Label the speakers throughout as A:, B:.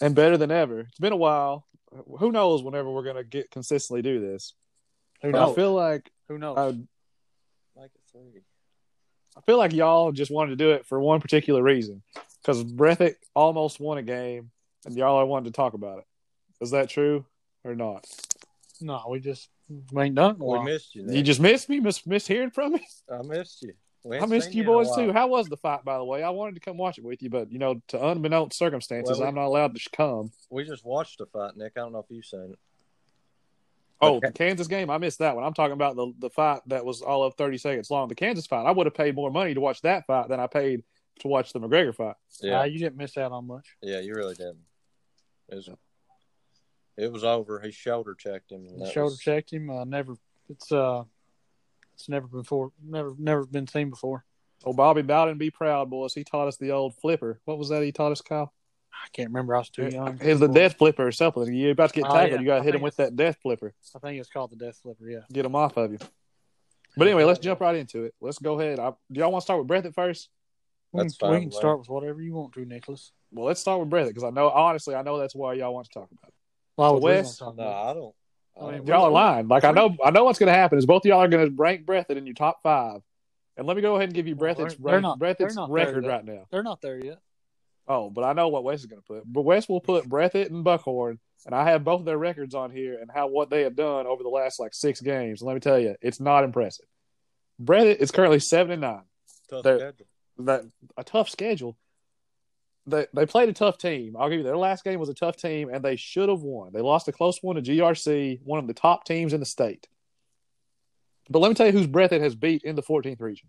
A: and better than ever. It's been a while. Who knows whenever we're gonna get consistently do this?
B: Who
A: I
B: knows?
A: feel like
B: Who knows?
A: I,
B: like it's three.
A: I feel like y'all just wanted to do it for one particular reason, because Breathick almost won a game, and y'all wanted to talk about it. Is that true or not?
B: No, we just we ain't done. in a
C: We
B: while.
C: missed you.
A: You
C: Nick.
A: just missed me, miss miss hearing from me.
C: I missed you. We
A: I
C: ain't
A: missed
C: seen
A: you
C: in a
A: boys
C: while.
A: too. How was the fight, by the way? I wanted to come watch it with you, but you know, to unbeknownst circumstances,
C: Well, we-
A: I'm not allowed to come.
C: We just watched the fight, Nick. I don't know if you've seen it.
A: Oh,
C: Okay.
A: the Kansas game, I missed that one. I'm talking about the the fight that was all of 30 seconds long. The Kansas fight, I would have paid more money to watch that fight than I paid to watch the McGregor fight.
C: Yeah,
B: Nah, you didn't miss out on much.
C: yeah, you really didn't. It was, it was over. He shoulder checked him. and that
B: Shoulder
C: was-
B: checked him. Uh, never. It's uh, it's never before. Never, never been seen before.
A: Oh, Bobby Bowden, be proud, boys. He taught us the old flipper. What was that he taught us, Kyle?
B: I can't remember. I was too young.
A: It's the death flipper or something. You're about to get
B: Oh,
A: tackled.
B: yeah.
A: You got to
B: I
A: hit him
B: think
A: with that death flipper.
B: I think it's called the death flipper. Yeah.
A: Get him off of you. But anyway, let's jump right into it. Let's go ahead. I, do y'all want to start with Breath at first?
B: We
C: That's
B: can,
C: fine,
B: we can
C: man.
B: start with whatever you want to, Nicholas.
A: Well, let's start with Breathitt because I know, honestly, I know that's why y'all want to talk about it.
B: Why would we
A: Wes?
B: wanna talk
C: No,
B: about
C: I don't. I
B: I mean,
C: don't-
B: we-
A: Y'all are lying. Like I know, I know what's going to happen is both of y'all are going to rank Breathitt in your top five. And let me go ahead and give you
B: Well,
A: Breathitt's
B: they're- they're not- they're
A: Breathitt's
B: not
A: record
B: there,
A: right now.
B: They're not there yet.
A: Oh, but I know what Wes is going to put. But Wes will put Breathitt and Buckhorn, and I have both of their records on here and how what they have done over the last like six games. And let me tell you, it's not impressive. Breathitt is currently seven and nine.
C: Tough
A: They're-
C: schedule.
A: that a tough schedule. They they played a tough team. I'll give you their last game was a tough team, and they should have won. They lost a close one to GRC, one of the top teams in the state. But let me tell you whose breath it has beat in the 14th region: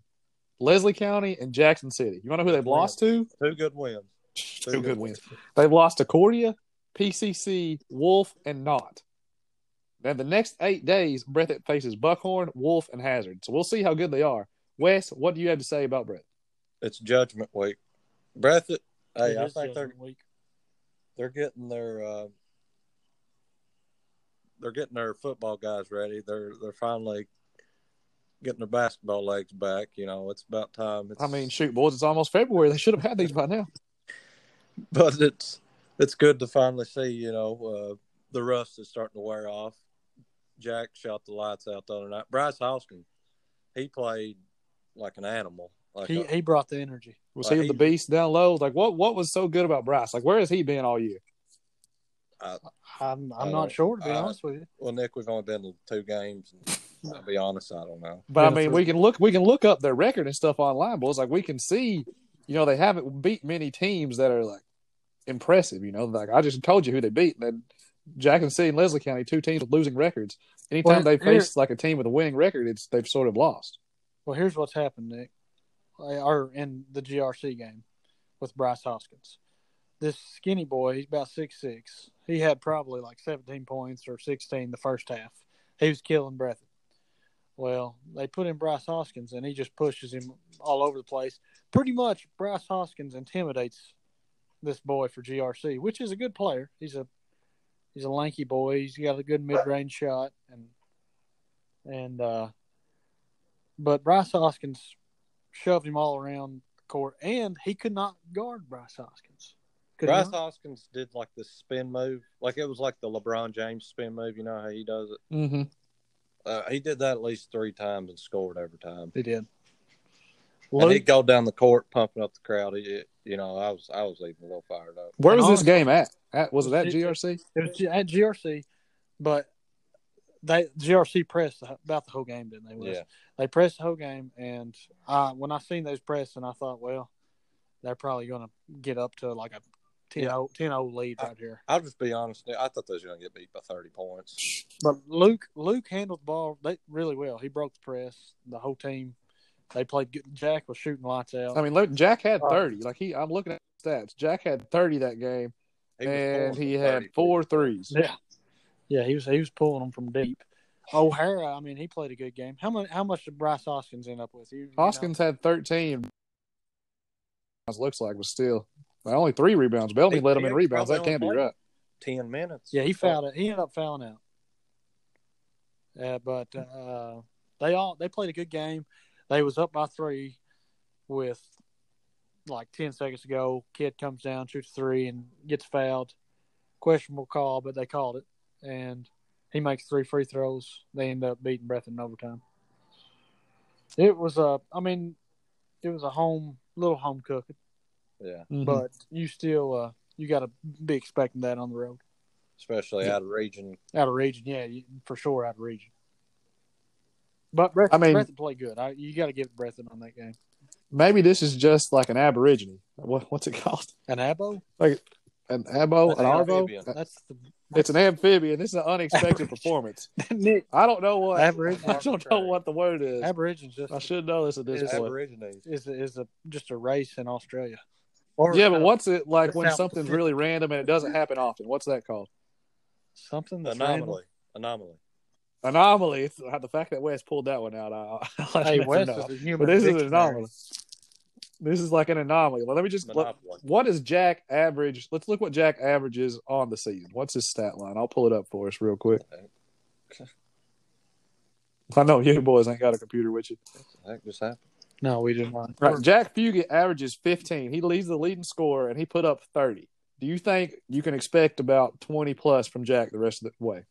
A: Leslie County and Jackson City. You want to know who they've lost to?
C: Two good wins.
A: Two good wins. They've lost to Cordia, PCC, Wolf, and Knott. Now, the next eight days, Breathitt faces Buckhorn, Wolf, and Hazard. So we'll see how good they are. Wes, what do you have to say about Breathitt?
C: It's Judgment Week. Breath. It, hey,
B: It
C: I
B: is
C: think they're
B: Judgment week.
C: they're getting their uh, they're getting their football guys ready. They're they're finally getting their basketball legs back. You know, it's about time. It's,
A: I mean, shoot, boys, it's almost February. They should have had these by now.
C: but it's it's good to finally see. You know, uh, the rust is starting to wear off. Jack shot the lights out the other night. Bryce Houston, he played like an animal. Like uh,
B: He
C: a-
B: he brought the energy.
A: Was
C: Like,
A: he the
C: he-
A: beast down low? Like, what what was so good about Bryce? Like, where has he been all year?
B: I'm I'm
C: Uh,
B: not sure to be
C: uh,
B: honest with you.
C: well, Nick, we've only been to two games. And I'll be honest, I don't know.
A: But I
B: Yeah,
A: mean,
B: for-
A: we can look we can look up their record and stuff online, boys. Like, we can see, you know, they haven't beat many teams that are like impressive. You know, like I just told you who they beat. Then Jackson City and Leslie County, two teams with losing records. Anytime
B: Well,
A: they
B: here-
A: face like a team with a winning record, it's they've sort of lost.
B: Well, here's what's happened, Nick, or in the GRC game with Bryce Hoskins. This skinny boy, he's about six six. He had probably like 17 points or 16 the first half. He was killing Breathitt. Well, they put in Bryce Hoskins, and he just pushes him all over the place. Pretty much, Bryce Hoskins intimidates this boy for GRC, which is a good player. He's a he's a lanky boy. He's got a good mid range shot, and and uh, but Bryce Hoskins shoved him all around the court, and he could not guard Bryce Hoskins. Could he
C: Bryce
B: not?
C: Hoskins did like the spin move, like it was like the LeBron James spin move. You know how he does it.
A: Mm-hmm.
C: Uh, he did that at least three times and scored every time.
B: He did.
C: And
B: Luke-
C: he'd go down the court pumping up the crowd. He, it- you know, I was I was even a little fired up.
A: Where
B: And
A: was this
B: honestly-
A: game at? at was it at GRC?
B: It was at GRC, but they GRC pressed the- about the whole game, didn't they? Wes?
C: Yeah,
B: They pressed the whole game, and I, when I seen those pressing, I thought, well, they're probably going to get up to like a 10
C: Yeah.
B: 10-0 lead right here.
C: I'll just be honest. I thought they was going to get beat by thirty points.
B: But Luke Luke handled the ball they, really well. He broke the press. The whole team, they played good. Jack was shooting lights out.
A: I mean, look, Jack had
B: Uh,
A: 30. Like he, I'm looking at stats. Jack had 30 that game,
C: He was
A: and
C: scoring
A: he
C: 30
A: had four threes.
B: Yeah, yeah, he was he was pulling them from deep. O'Hara, I mean, he played a good game. How much how much did Bryce Hoskins end up with? You- you know?
A: Hoskins had 13. Looks like was still like, only three rebounds. Bellamy
C: He-
A: led him
C: he
A: in
C: was
A: rebounds. That
C: probably
A: can't be
C: on
A: right.
C: ten minutes.
B: Yeah, he fouled it. He ended up fouling out. Uh, but uh, they all they played a good game. They was up by three with like ten seconds to go. Kid comes down, shoots three, and gets fouled. questionable call, but they called it, and he makes three free throws. They end up beating Breathitt in overtime. It was a, I mean, it was a home little home cooking,
C: Yeah,
A: But
B: but you still uh, you got to be expecting that on the road,
C: especially out of region.
B: out of region. Yeah, you, for sure, out of region. But Breathitt,
A: I mean-
B: Breathitt played good. I, you got to give Breathitt on that game.
A: maybe this is just like an aborigine. What, what's it called?
B: An abo?
A: An abo?
C: An
A: An,
C: amphibian.
A: arvo?
B: That's the
A: It's an amphibian. This is an unexpected
B: Aborigine.
A: performance.
B: Nick.
A: I don't know what.
B: Aborigine.
A: I don't know what the word is.
B: Aborigines just
A: I should know this at this
B: It's
A: point.
C: Aborigines.
B: is a, is a just a race in Australia. Or
A: Yeah, but
B: uh,
A: what's it like
B: the
A: when
B: South
A: something's
B: Pacific.
A: really random and it doesn't happen often? What's that called?
B: something that's
C: Anomaly. Anomaly.
A: Anomaly. It's- The fact that Wes pulled that one out, I, I'll never
B: random. Hey, Wes
A: know.
B: is a human.
A: But this is an
B: dictionary.
A: anomaly. This is like an anomaly. Well, let me just. Let,
C: Monopoly.
A: what is Jack average? Let's look what Jack averages on the season. What's his stat line? I'll pull it up for us real quick. I know you boys ain't got a computer with you.
C: That just happened.
B: No, we didn't want.
A: Right. Jack Fugit averages 15. He leads the leading scorer and he put up 30. Do you think you can expect about 20 plus from Jack the rest of the way?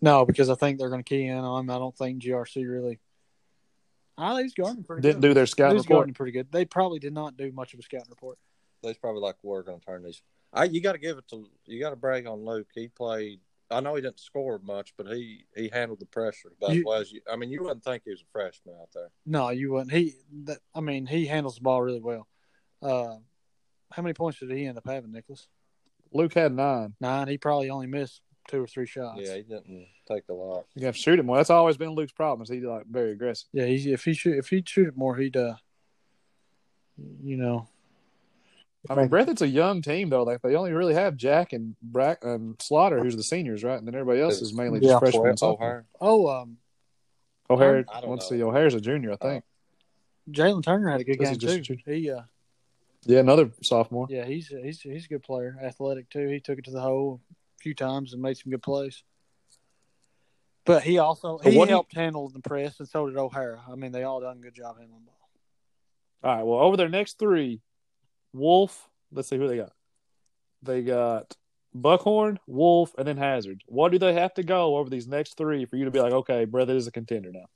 B: No, because I think they're going to key in on. him. I don't think GRC really. Ah, he's guarding pretty
A: Didn't
B: good.
A: do their scouting
B: He's
A: report.
B: guarding pretty good. They probably did not do much of a scouting report.
C: They's probably like we're going to turn these. I you got to give it to you got to brag on Luke. He played. I know he didn't score much, but he he handled the pressure about
B: You-
C: you, as you. I mean, you wouldn't think he was a freshman out there.
B: No, you wouldn't. He, that, I mean, he handles the ball really well. Uh, how many points did he end up having, Nicholas?
A: Luke had nine.
B: Nine. He probably only missed two or three shots.
C: Yeah, he didn't take a lot.
A: You have to shoot him more. That's always been Luke's problem. Is he's like very aggressive.
B: Yeah, he, if he shoot if he'd shoot it more, he'd uh, you know,
A: I mean, Breathitt's a young team though. Like they only really have Jack and Brack and Slaughter, who's the seniors, right? And then everybody else is mainly just
B: Yeah.
A: freshmen.
C: Well,
A: and sophomores.
C: O'Hare,
B: oh um,
A: O'Hare,
C: I don't
A: let's
C: know. Oh.
A: see. O'Hare's a junior, I think.
B: Jalen Turner had a good
A: This
B: game
A: is just
B: too. He uh,
A: yeah, another sophomore.
B: yeah, he's he's he's a good player, athletic too. He took it to the hole a few times and made some good plays. But he also
A: So
B: he
A: what do you-
B: helped handle the press, and so did O'Hara. I mean, they all done a good job handling the ball.
A: All right. Well, over their next three, Wolf. Let's see who they got. They got Buckhorn, Wolf, and then Hazard. What do they have to go over these next three for you to be like, okay, brother is a contender now?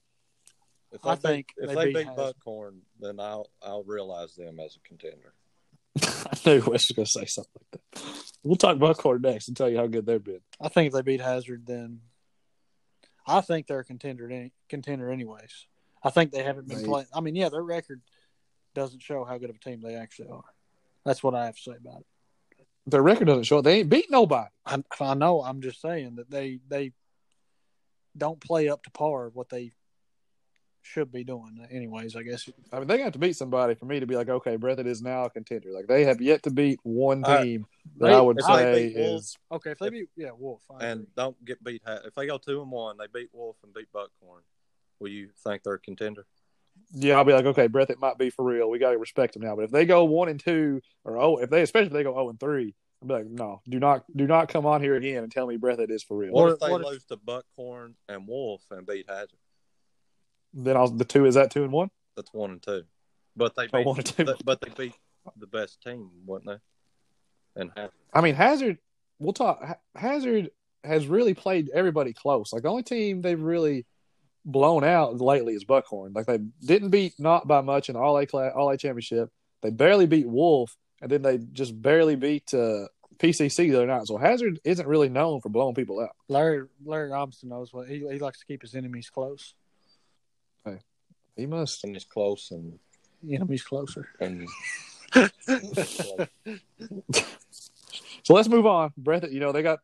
C: if
B: I
C: they beat-
B: think they
C: if they
B: beat
C: beat
B: Hazard.
C: Buckhorn, then I'll I'll realize them as a contender.
A: I knew Wes was going to say something like that. We'll talk Buckhorn next and tell you how good they've been.
B: I think if they beat Hazard, then I think they're a contender any, contender anyways. I think they haven't been
A: They-
B: playing. I mean, yeah, their record doesn't show how good of a team they actually are. That's what I have to say about it.
A: Their record doesn't show it. They ain't beat nobody.
B: I, I know. I'm just saying that they they don't play up to par of what they should be doing. Anyways, I guess.
A: I mean, they got to beat somebody for me to be like, okay, Breathitt is now a contender. Like they have yet to beat one
C: All right.
A: team that
B: They-
A: I would
C: if they
A: say
C: beat Wolves-
A: is.
B: Okay, if they beat yeah Wolf I
C: and
B: agree.
C: don't get beat. ha- If they go two and one, they beat Wolf and beat Buckhorn. Will you think they're a contender?
A: Yeah, I'll be like, okay, Breathitt might be for real. We got to respect them now. But if they go one and two, or oh, if they especially if they go zero and three, I'll be like, no, do not, do not come on here again and tell me Breathitt is for real.
C: What,
B: What
C: if
B: if-
C: they
B: what if-
C: lose to Buckhorn and Wolf and beat Hazard?
A: Then I'll the two is that two and one.
C: That's one and two. But they
A: I
C: beat,
A: one and two.
C: but- but they beat the best team, wouldn't they? And Hazard.
A: I mean, Hazard. We'll talk. Ha- Hazard has really played everybody close. Like the only team they've really blown out lately is Buckhorn. Like they didn't beat not by much in the All A class, All A championship. They barely beat Wolf, and then they just barely beat uh, PCC the other night. So Hazard isn't really known for blowing people out.
B: Larry Larry Robinson knows what he he likes to keep his enemies close.
A: He must.
C: and it's close and
B: Enemies closer.
C: and
A: So let's move on. Breath. You know they got.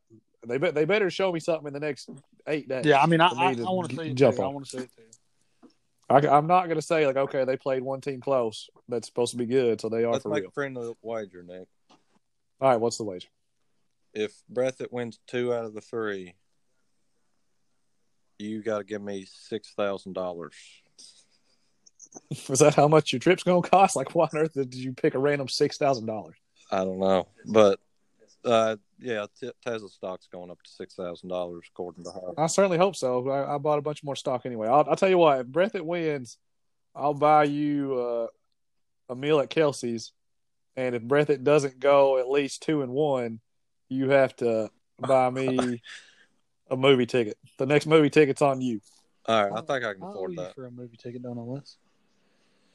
A: They bet. They better show me something in the next eight days.
B: Yeah, I mean, I
A: For me
B: I,
A: to
B: I want
A: g-
B: to see it.
A: jump
B: Too. I
A: on.
B: want to see it too.
A: I, am not going to say like, okay, they played one team close. That's supposed to be good, so they are
C: let's
A: for
C: make
A: real.
C: a friendly wager, Nick.
A: All right, what's the wager?
C: If Breathitt wins two out of the three, you got to give me six thousand dollars.
A: Is that how much your trip's going to cost? Like, why on earth did you pick a random six thousand dollars?
C: I don't know, but uh, yeah, t- Tesla stock's going up to six thousand dollars according to her.
A: I certainly hope so. I, I bought a bunch more stock anyway. I'll, I'll tell you what. If Breathitt wins, I'll buy you uh, a meal at Kelsey's, and if Breathitt doesn't go at least two and one, you have to buy me a movie ticket. The next movie ticket's on you.
C: All right, I think I can
B: I owe
C: afford
B: you
C: that.
B: for a movie ticket, don't I, Les?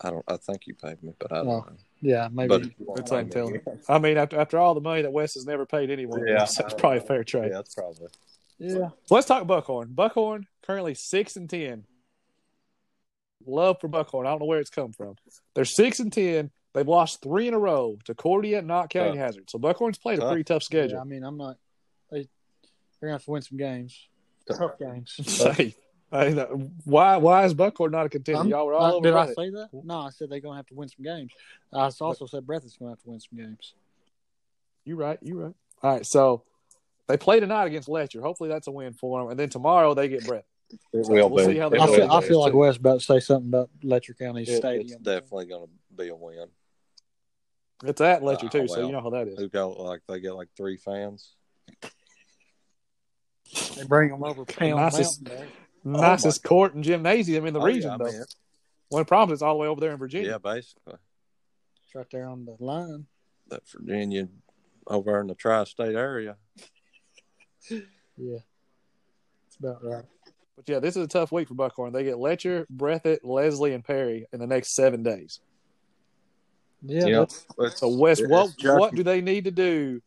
C: I don't. I think you paid me, but I don't.
B: No,
C: know.
B: Yeah, maybe.
C: But you won't
A: That's
C: pay
A: what I'm
C: me.
A: telling you. I mean, after after all the money that Wes has never paid anyone,
C: Yeah.
A: that's probably a fair
C: Yeah,
A: trade.
C: that's probably.
B: yeah,
A: Let's talk Buckhorn. Buckhorn currently six and ten. Love for Buckhorn. I don't know where it's come from. They're six and ten. They've lost three in a row to Cordia, Knott County, and
C: Tough.
A: Hazard. So Buckhorn's played a
C: Tough.
A: pretty tough
B: yeah. I
A: schedule.
B: mean, I'm not. They, they're gonna have to win some games. Tough games.
A: Say, I mean, uh, why why is Buckhorn not a contender?
B: I'm-
A: Y'all were
B: I-
A: all over
B: Uh, did I
A: that.
B: say that? No, I said they're gonna have to win some games. I s- also said Breath is gonna have to win some games.
A: You right. You right. All right. So they play tonight against Letcher. Hopefully that's a win for them. And then tomorrow they get Brett.
C: It will
A: We'll
C: be.
A: see how
C: It
A: they
B: I
A: go
C: will
B: feel, I
C: be.
A: there,
B: feel like
A: too.
B: Wes about to say something about Letcher County's
C: It-
B: stadium.
C: it's definitely going to be a win.
A: It's at Letcher
C: Ah,
A: too. So
C: well.
A: you know how that is.
C: Who got like they get like three fans.
B: They bring them over Pound
A: Nicest-
B: Mountain.
A: Nicest court and gymnasium in the
C: Oh, yeah,
A: region
C: I
A: though.
C: mean, it-
A: One problem is all the way over there in Virginia.
C: yeah, basically
B: It's right there on the line.
C: that Virginia over in the tri-state area.
B: Yeah, it's about right.
A: But yeah, this is a tough week for Buckhorn. They get Letcher, Breathitt, Leslie, and Perry in the next seven days.
B: Yeah,
C: Yeah.
B: that's
A: So Wes,
C: It's
A: what
C: just-
A: what do they need to do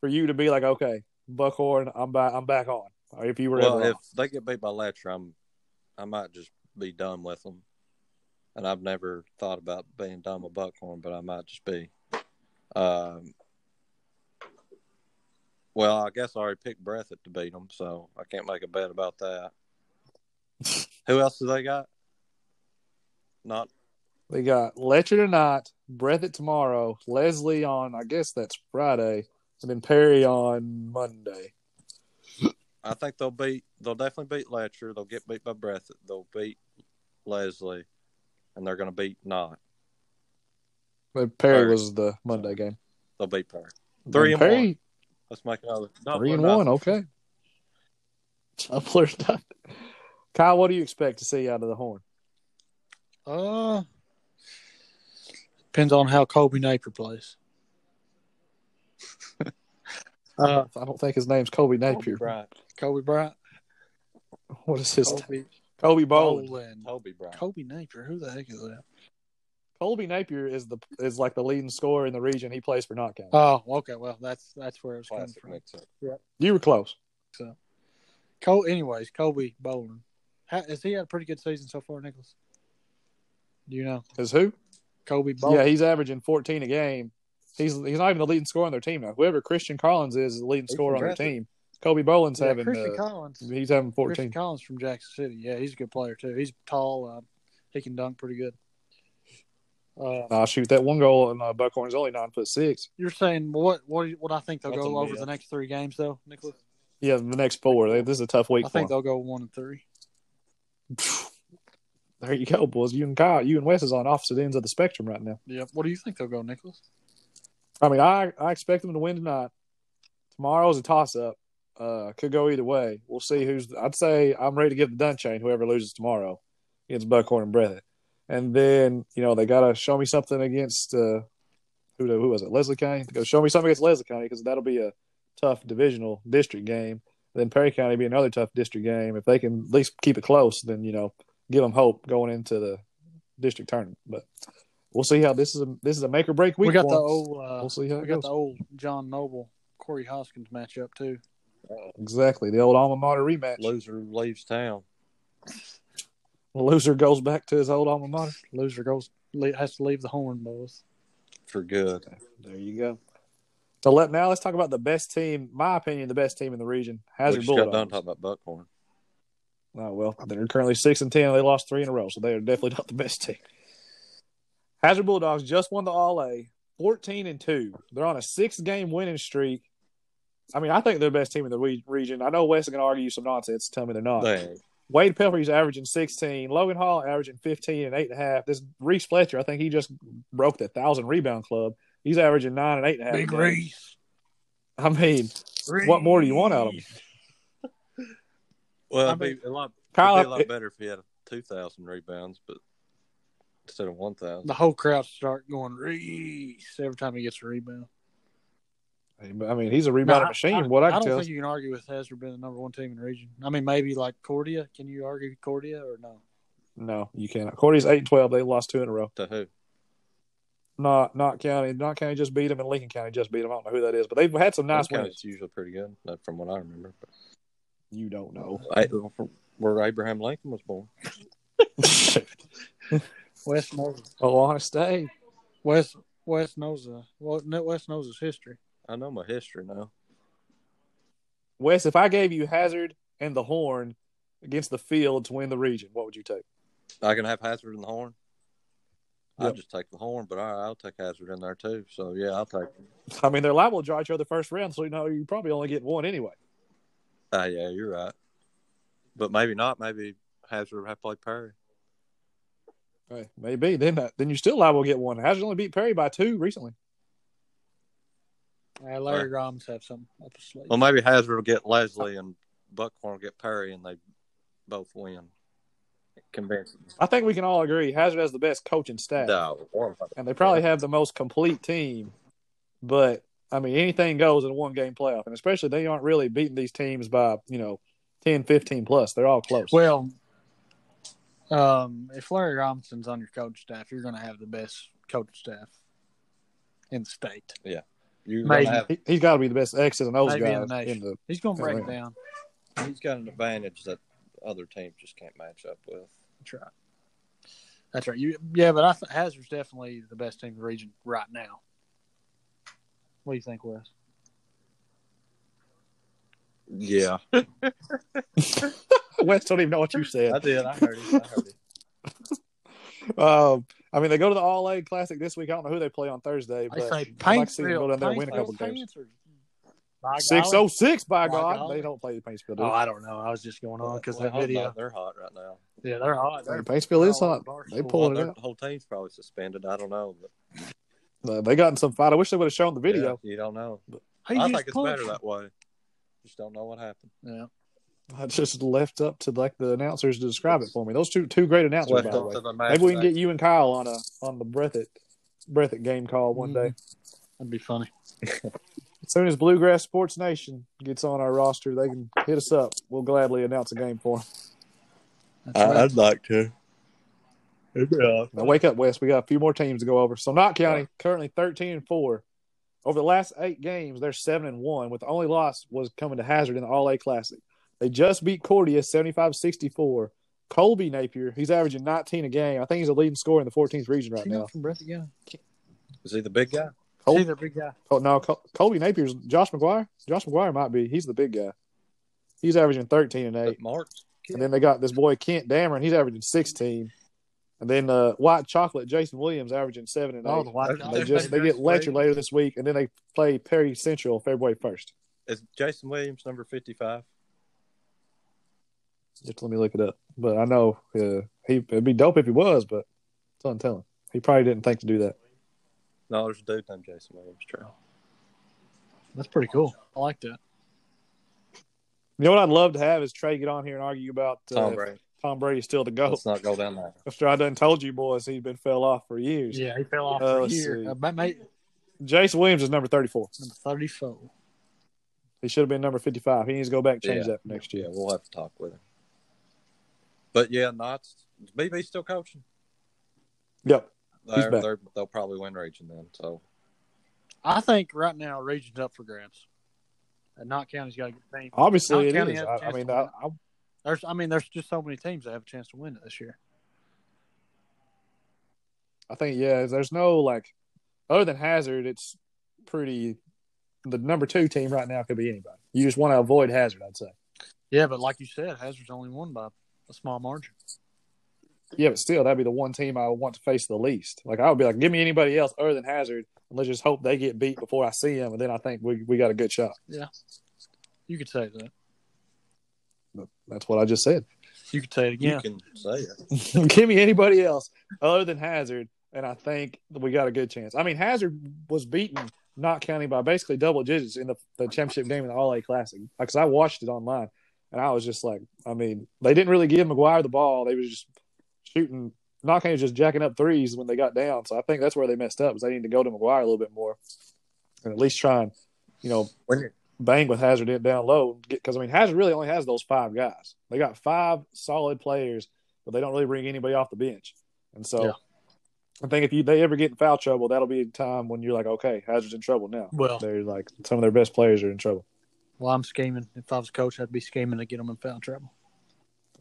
A: for you to be like, okay, Buckhorn, I'm back, I'm back on. Or if you were
C: Well,
A: ever
C: if
A: off.
C: they get beat by Letcher, I'm I might just be done with them. And I've never thought about being done with Buckhorn, but I might just be. Um, well, I guess I already picked Breathitt to beat them, so I can't make a bet about that. Who else do they got? Not
A: they got Letcher tonight, Breathitt tomorrow, Leslie on, I guess that's Friday, and then Perry on Monday.
C: I think they'll beat. They'll definitely beat Letcher. They'll get beat by Breath. They'll beat Leslie, and they're going to beat Knott.
A: But Perry
C: Perry.
A: was the Monday game.
C: They'll beat Perry. Three and
A: Perry,
C: one. Let's make another. No,
A: Three
C: we're
A: and
C: not.
A: one, okay. Tumbler's done. Kyle, what do you expect to see out of the horn?
B: uh depends on how Kobe Napier plays. uh,
A: I don't think his name's Kobe Napier.
C: Bryant.
B: Kobe Bryant,
A: What is his name?
B: Kobe
A: Kobe Boland.
B: Boland,
C: Toby Bryant.
B: Kobe Napier. Who the heck is that?
A: Kobe Napier is the is like the leading scorer in the region. He plays for Knott County.
B: Oh, okay. Well, that's that's where it's coming
C: Classic
B: from.
C: mix-up.
A: you were close.
B: So, Cole, anyways, Kobe Boland. Ha has he had a pretty good season so far, Nicholas? Do you know
A: Is who?
B: Kobe Boland?
A: Yeah, he's averaging 14 a game. He's he's not even the leading scorer on their team now. Whoever Christian Collins is is the leading
C: He's
A: scorer on their
C: impressive.
A: team. Kobe Boland's
B: Yeah,
A: having
B: Christian
A: uh,
B: Collins.
A: he's having 14.
B: Christian Collins from Jackson City. Yeah, he's a good player too. He's tall. Uh, he can dunk pretty good. Uh,
A: Nah, shoot that one goal and uh, Buckhorn's only nine foot six.
B: you're saying what? What? What I think they'll
C: That's
B: go
C: a
B: over
C: mid.
B: the next three games though, Nicholas.
A: Yeah, the next four. They, this is a tough week
B: I
A: for
B: think
A: 'em.
B: they'll go one and three.
A: There you go, boys. You and Kyle, you and Wes is on opposite ends of the spectrum right now.
B: Yep. What do you think they'll go, Nicholas?
A: I mean, I, I expect them to win tonight. Tomorrow's a toss up. Uh, could go either way. We'll see who's. I'd say I'm ready to give the dun chain whoever loses tomorrow against Buckhorn and Breathitt. And then you know they gotta show me something against uh, who who was it Leslie County? They gotta show me something against Leslie County because that'll be a tough divisional district game. then Perry County be another tough district game. If they can at least keep it close, then you know give them hope going into the district tournament. But we'll see how this is a this is a make or break week.
B: we got
A: for
B: the
A: 'em.
B: old. Uh,
A: we'll see how
B: we
A: it
B: got
A: goes.
B: the old John Noble, Corey Hoskins matchup too.
A: Exactly. The old alma mater rematch.
C: Loser leaves town.
A: Loser goes back to his old alma mater.
B: Loser goes le- has to leave the Horn Bulls.
C: for good.
A: There you go. So let now let's talk about the best team, my opinion, the best team in the region.
C: We
A: Hazard
C: just got done
A: Bulldogs.
C: talking about Buckhorn.
A: Oh well, they're currently six and ten. They lost three in a row, so they are definitely not the best team. Hazard Bulldogs just won the All A, fourteen and two. They're on a six-game winning streak. I mean, I think they're the best team in the re- region. I know Wes is going to argue some nonsense. Tell me they're not.
C: Dang.
A: Wade Pelfrey's averaging 16. Logan Hall averaging 15 and eight and a half. This Reese Fletcher, I think he just broke the thousand rebound club. He's averaging nine and eight and a half. a game.
B: Reese.
A: I mean, What more do you want out of him?
C: Well,
B: I
C: it'd be a lot.
A: Kyle,
C: it'd be a lot
A: it-
C: better if he had two thousand rebounds, but instead of one thousand.
B: The whole crowd start going Reese every time he gets a rebound.
A: eh, I mean, he's a rebounding
B: No,
A: machine. what I can
B: I don't
A: tell.
B: think you can argue with Hazard being the number one team in the region. I mean, maybe like Cordia. Can you argue Cordia or no?
A: no, you cannot. Cordy's eight and twelve. They lost two in a row.
C: To who?
A: Not not County. Not County just beat them, and Lincoln County just beat them. I don't know who that is, but they've had some nice
C: Lincoln
A: wins.
C: County's usually pretty good, not from what I remember. But
A: You don't know.
C: I, where Abraham Lincoln was born.
B: West knows.
A: Ohio State.
B: West West knows. Uh, well, no, West knows his history.
C: I know my history now.
A: Wes, if I gave you Hazard and the Horn against the field to win the region, what would you take?
C: I can have Hazard in the horn. I'll
A: Yep.
C: just take the horn, but all right, I'll take Hazard in there too. So yeah, I'll take.
A: I mean, they're liable to draw each other first round, so you know you probably only get one anyway.
C: Ah, yeah, you're right. But maybe not. Maybe Hazard would have played Perry.
A: Hey, maybe then that, then you're still liable to get one. Hazard only beat Perry by two recently.
B: Uh, Larry Grimes have something up his sleeve.
C: Well, maybe Hazard will get Leslie and Buckhorn will get Perry, and they both win. Convincingly.
A: I think we can all agree Hazard has the best coaching staff,
C: No,
A: and they probably have the most complete team. But I mean, anything goes in a one game playoff, and especially they aren't really beating these teams by you know 10, 15 plus. They're all close.
B: Well, um, if Larry Robinson's on your coach staff, you're going to have the best coach staff in the state.
C: you're
B: Maybe.
C: gonna have,
A: he, has got to be the best X's and O's
B: Maybe
A: guy
B: in the nation.
A: in the
B: He's going to
A: Yeah.
B: break down.
C: he's got an advantage that other teams just can't match up with.
B: That's right. That's right. You, yeah, but I th- Hazard's definitely the best team in the region right now. What do you think, Wes?
C: Yeah,
A: West. Don't even know what you said.
C: I did. I heard it. I heard it.
A: Um, I mean, they go to the All A Classic this week. I don't know who they play on Thursday, but
B: I say
A: I'd like to see them go
B: Paintsville.
A: down there and win a couple
B: Paintsville's
A: games.
B: Panthers. By
A: Six
B: golly.
A: oh six, by
B: By
A: God,
B: golly.
A: they don't play the Paintsville. do
B: Oh,
A: they?
B: I don't know. I was just going on because
C: Well,
B: that
C: hell no,
B: video.
C: They're hot right now.
B: Yeah, they're hot.
A: I mean,
B: They're
A: Paintsville is
B: all
A: hot.
B: over
A: They
B: Barstool.
A: pulling
C: Well,
A: it
C: their
A: out.
C: whole team's probably suspended. I don't know. But
A: Uh, they got in some fight. I wish they would have shown the video.
C: Yeah, you don't know.
B: He
C: I
B: just
C: think it's
B: punched
C: better
B: him.
C: that way. Just don't know what happened.
B: Yeah.
A: I just left up to like the announcers to describe it for me. Those two two great announcers,
C: Left
A: by the
C: up
A: way.
C: to the match.
A: Maybe we can get you and Kyle on a on the breath it breath it game call one day.
B: Mm-hmm. That'd be funny.
A: As soon as Bluegrass Sports Nation gets on our roster, they can hit us up. We'll gladly announce a game for them.
B: That's right.
C: like to.
A: Now wake up, Wes. We got a few more teams to go over. So Knott County currently thirteen and four. Over the last eight games, they're seven and one, with the only loss was coming to Hazard in the All A Classic. They just beat Cordia 75-64. Colby Napier, he's averaging 19 a game. I think he's the leading scorer in the 14th region right
B: Is he
A: now.
B: not from Breath again?
C: Is he the big guy?
A: Col-
B: See their big guy.
A: Col- no, Col- Colby Napier's Josh McGuire. Josh McGuire might be. He's the big guy. He's averaging 13 and 8.
C: That Marks.
A: And then they got this boy Kent Dameron. He's averaging 16. And then uh, White Chocolate Jason Williams averaging seven and eight.
B: Oh, the white
C: They
B: guy.
A: they just they get Letcher later this week, and then they play Perry Central February first.
C: Is Jason Williams number fifty-five?
A: Just let me look it up. But I know uh, he it'd be dope if he was, but it's untelling. He probably didn't think to do that.
C: No, there's a dude named Jason Williams. True.
B: That's pretty cool. I like that.
A: You know what I'd love to have is Trey get on here and argue about uh,
C: Tom Brady.
A: Tom Brady's still the goat.
C: Let's not go down there.
A: After I done told you boys he's been fell off for years.
B: Yeah, he fell off
A: Uh,
B: for a
A: let's
B: year.
A: see.
B: Uh, but mate,
A: Jason Williams is number thirty four.
B: number thirty-four.
A: He should have been number fifty five. He needs to go back and change that for next
C: Yeah,
A: year.
C: we'll have to talk with him. But yeah, Knott's is BB still coaching.
A: Yep. He's
C: They're,
A: back.
C: they're, they'll probably win region then. So
B: I think right now region's up for grabs. And Knott County's got a good team.
A: Obviously
B: Knox
A: it
B: County
A: is.
B: has a
A: I, I
B: chance
A: mean
B: to
A: I,
B: win.
A: I,
B: There's, I mean, there's just so many teams that have a chance to win it this year.
A: I think yeah, there's no like other than Hazard, it's pretty the number two team right now could be anybody. You just want to avoid Hazard, I'd say.
B: Yeah, but like you said, Hazard's only won by a small margin.
A: Yeah, but still, that'd be the one team I would want to face the least. Like I would be like, give me anybody else other than Hazard, and let's just hope they get beat before I see them, and then I think we we got a good shot.
B: You could say that.
A: But that's what I just said.
B: You could say it
C: you
B: again.
C: can say it.
A: give me anybody else other than Hazard, and I think that we got a good chance. I mean, Hazard was beaten, not counting by basically double digits in the, the championship game in the All A Classic because I watched it online, and I was just like, I mean, they didn't really give McGuire the ball; they was just shooting. Not counting just jacking up threes when they got down, so I think that's where they messed up. Is they need to go to McGuire a little bit more, and at least try and you know,
C: When
A: bang with Hazard in down low. Because I mean, Hazard really only has those five guys. They got five solid players, but they don't really bring anybody off the bench. And so,
B: Yeah.
A: I think if you they ever get in foul trouble, that'll be a time when you're like, okay, Hazard's in trouble now.
B: Well,
A: They're like some of their best players are in trouble.
B: well, I'm scheming. If I was a coach, I'd be scheming to get them in foul trouble.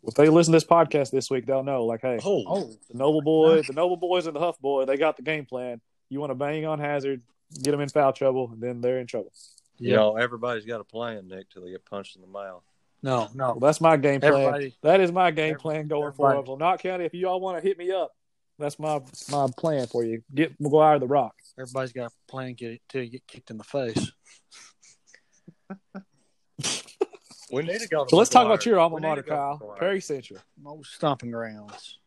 A: If they listen to this podcast this week, they'll know. Like, hey,
C: oh,
A: the Noble Boy, the Noble Boys, and the Huff Boy, they got the game plan. You want to bang on Hazard, get them in foul trouble, and then they're in trouble.
C: you know, everybody's got a plan, Nick, till they get punched in the mouth.
B: No,
A: Well,
B: no.
A: that's my game plan.
B: Oh. Everybody-
A: that is my game plan going forward.
B: everybody-
A: So, Knock County, if you all want to hit me up, that's my my plan for you. Get McGuire the Rock.
B: Everybody's got a plan get it till you get kicked in the face.
C: We need to go.
A: So let's talk about your alma mater, Kyle. Perry Central.
B: Most stomping grounds.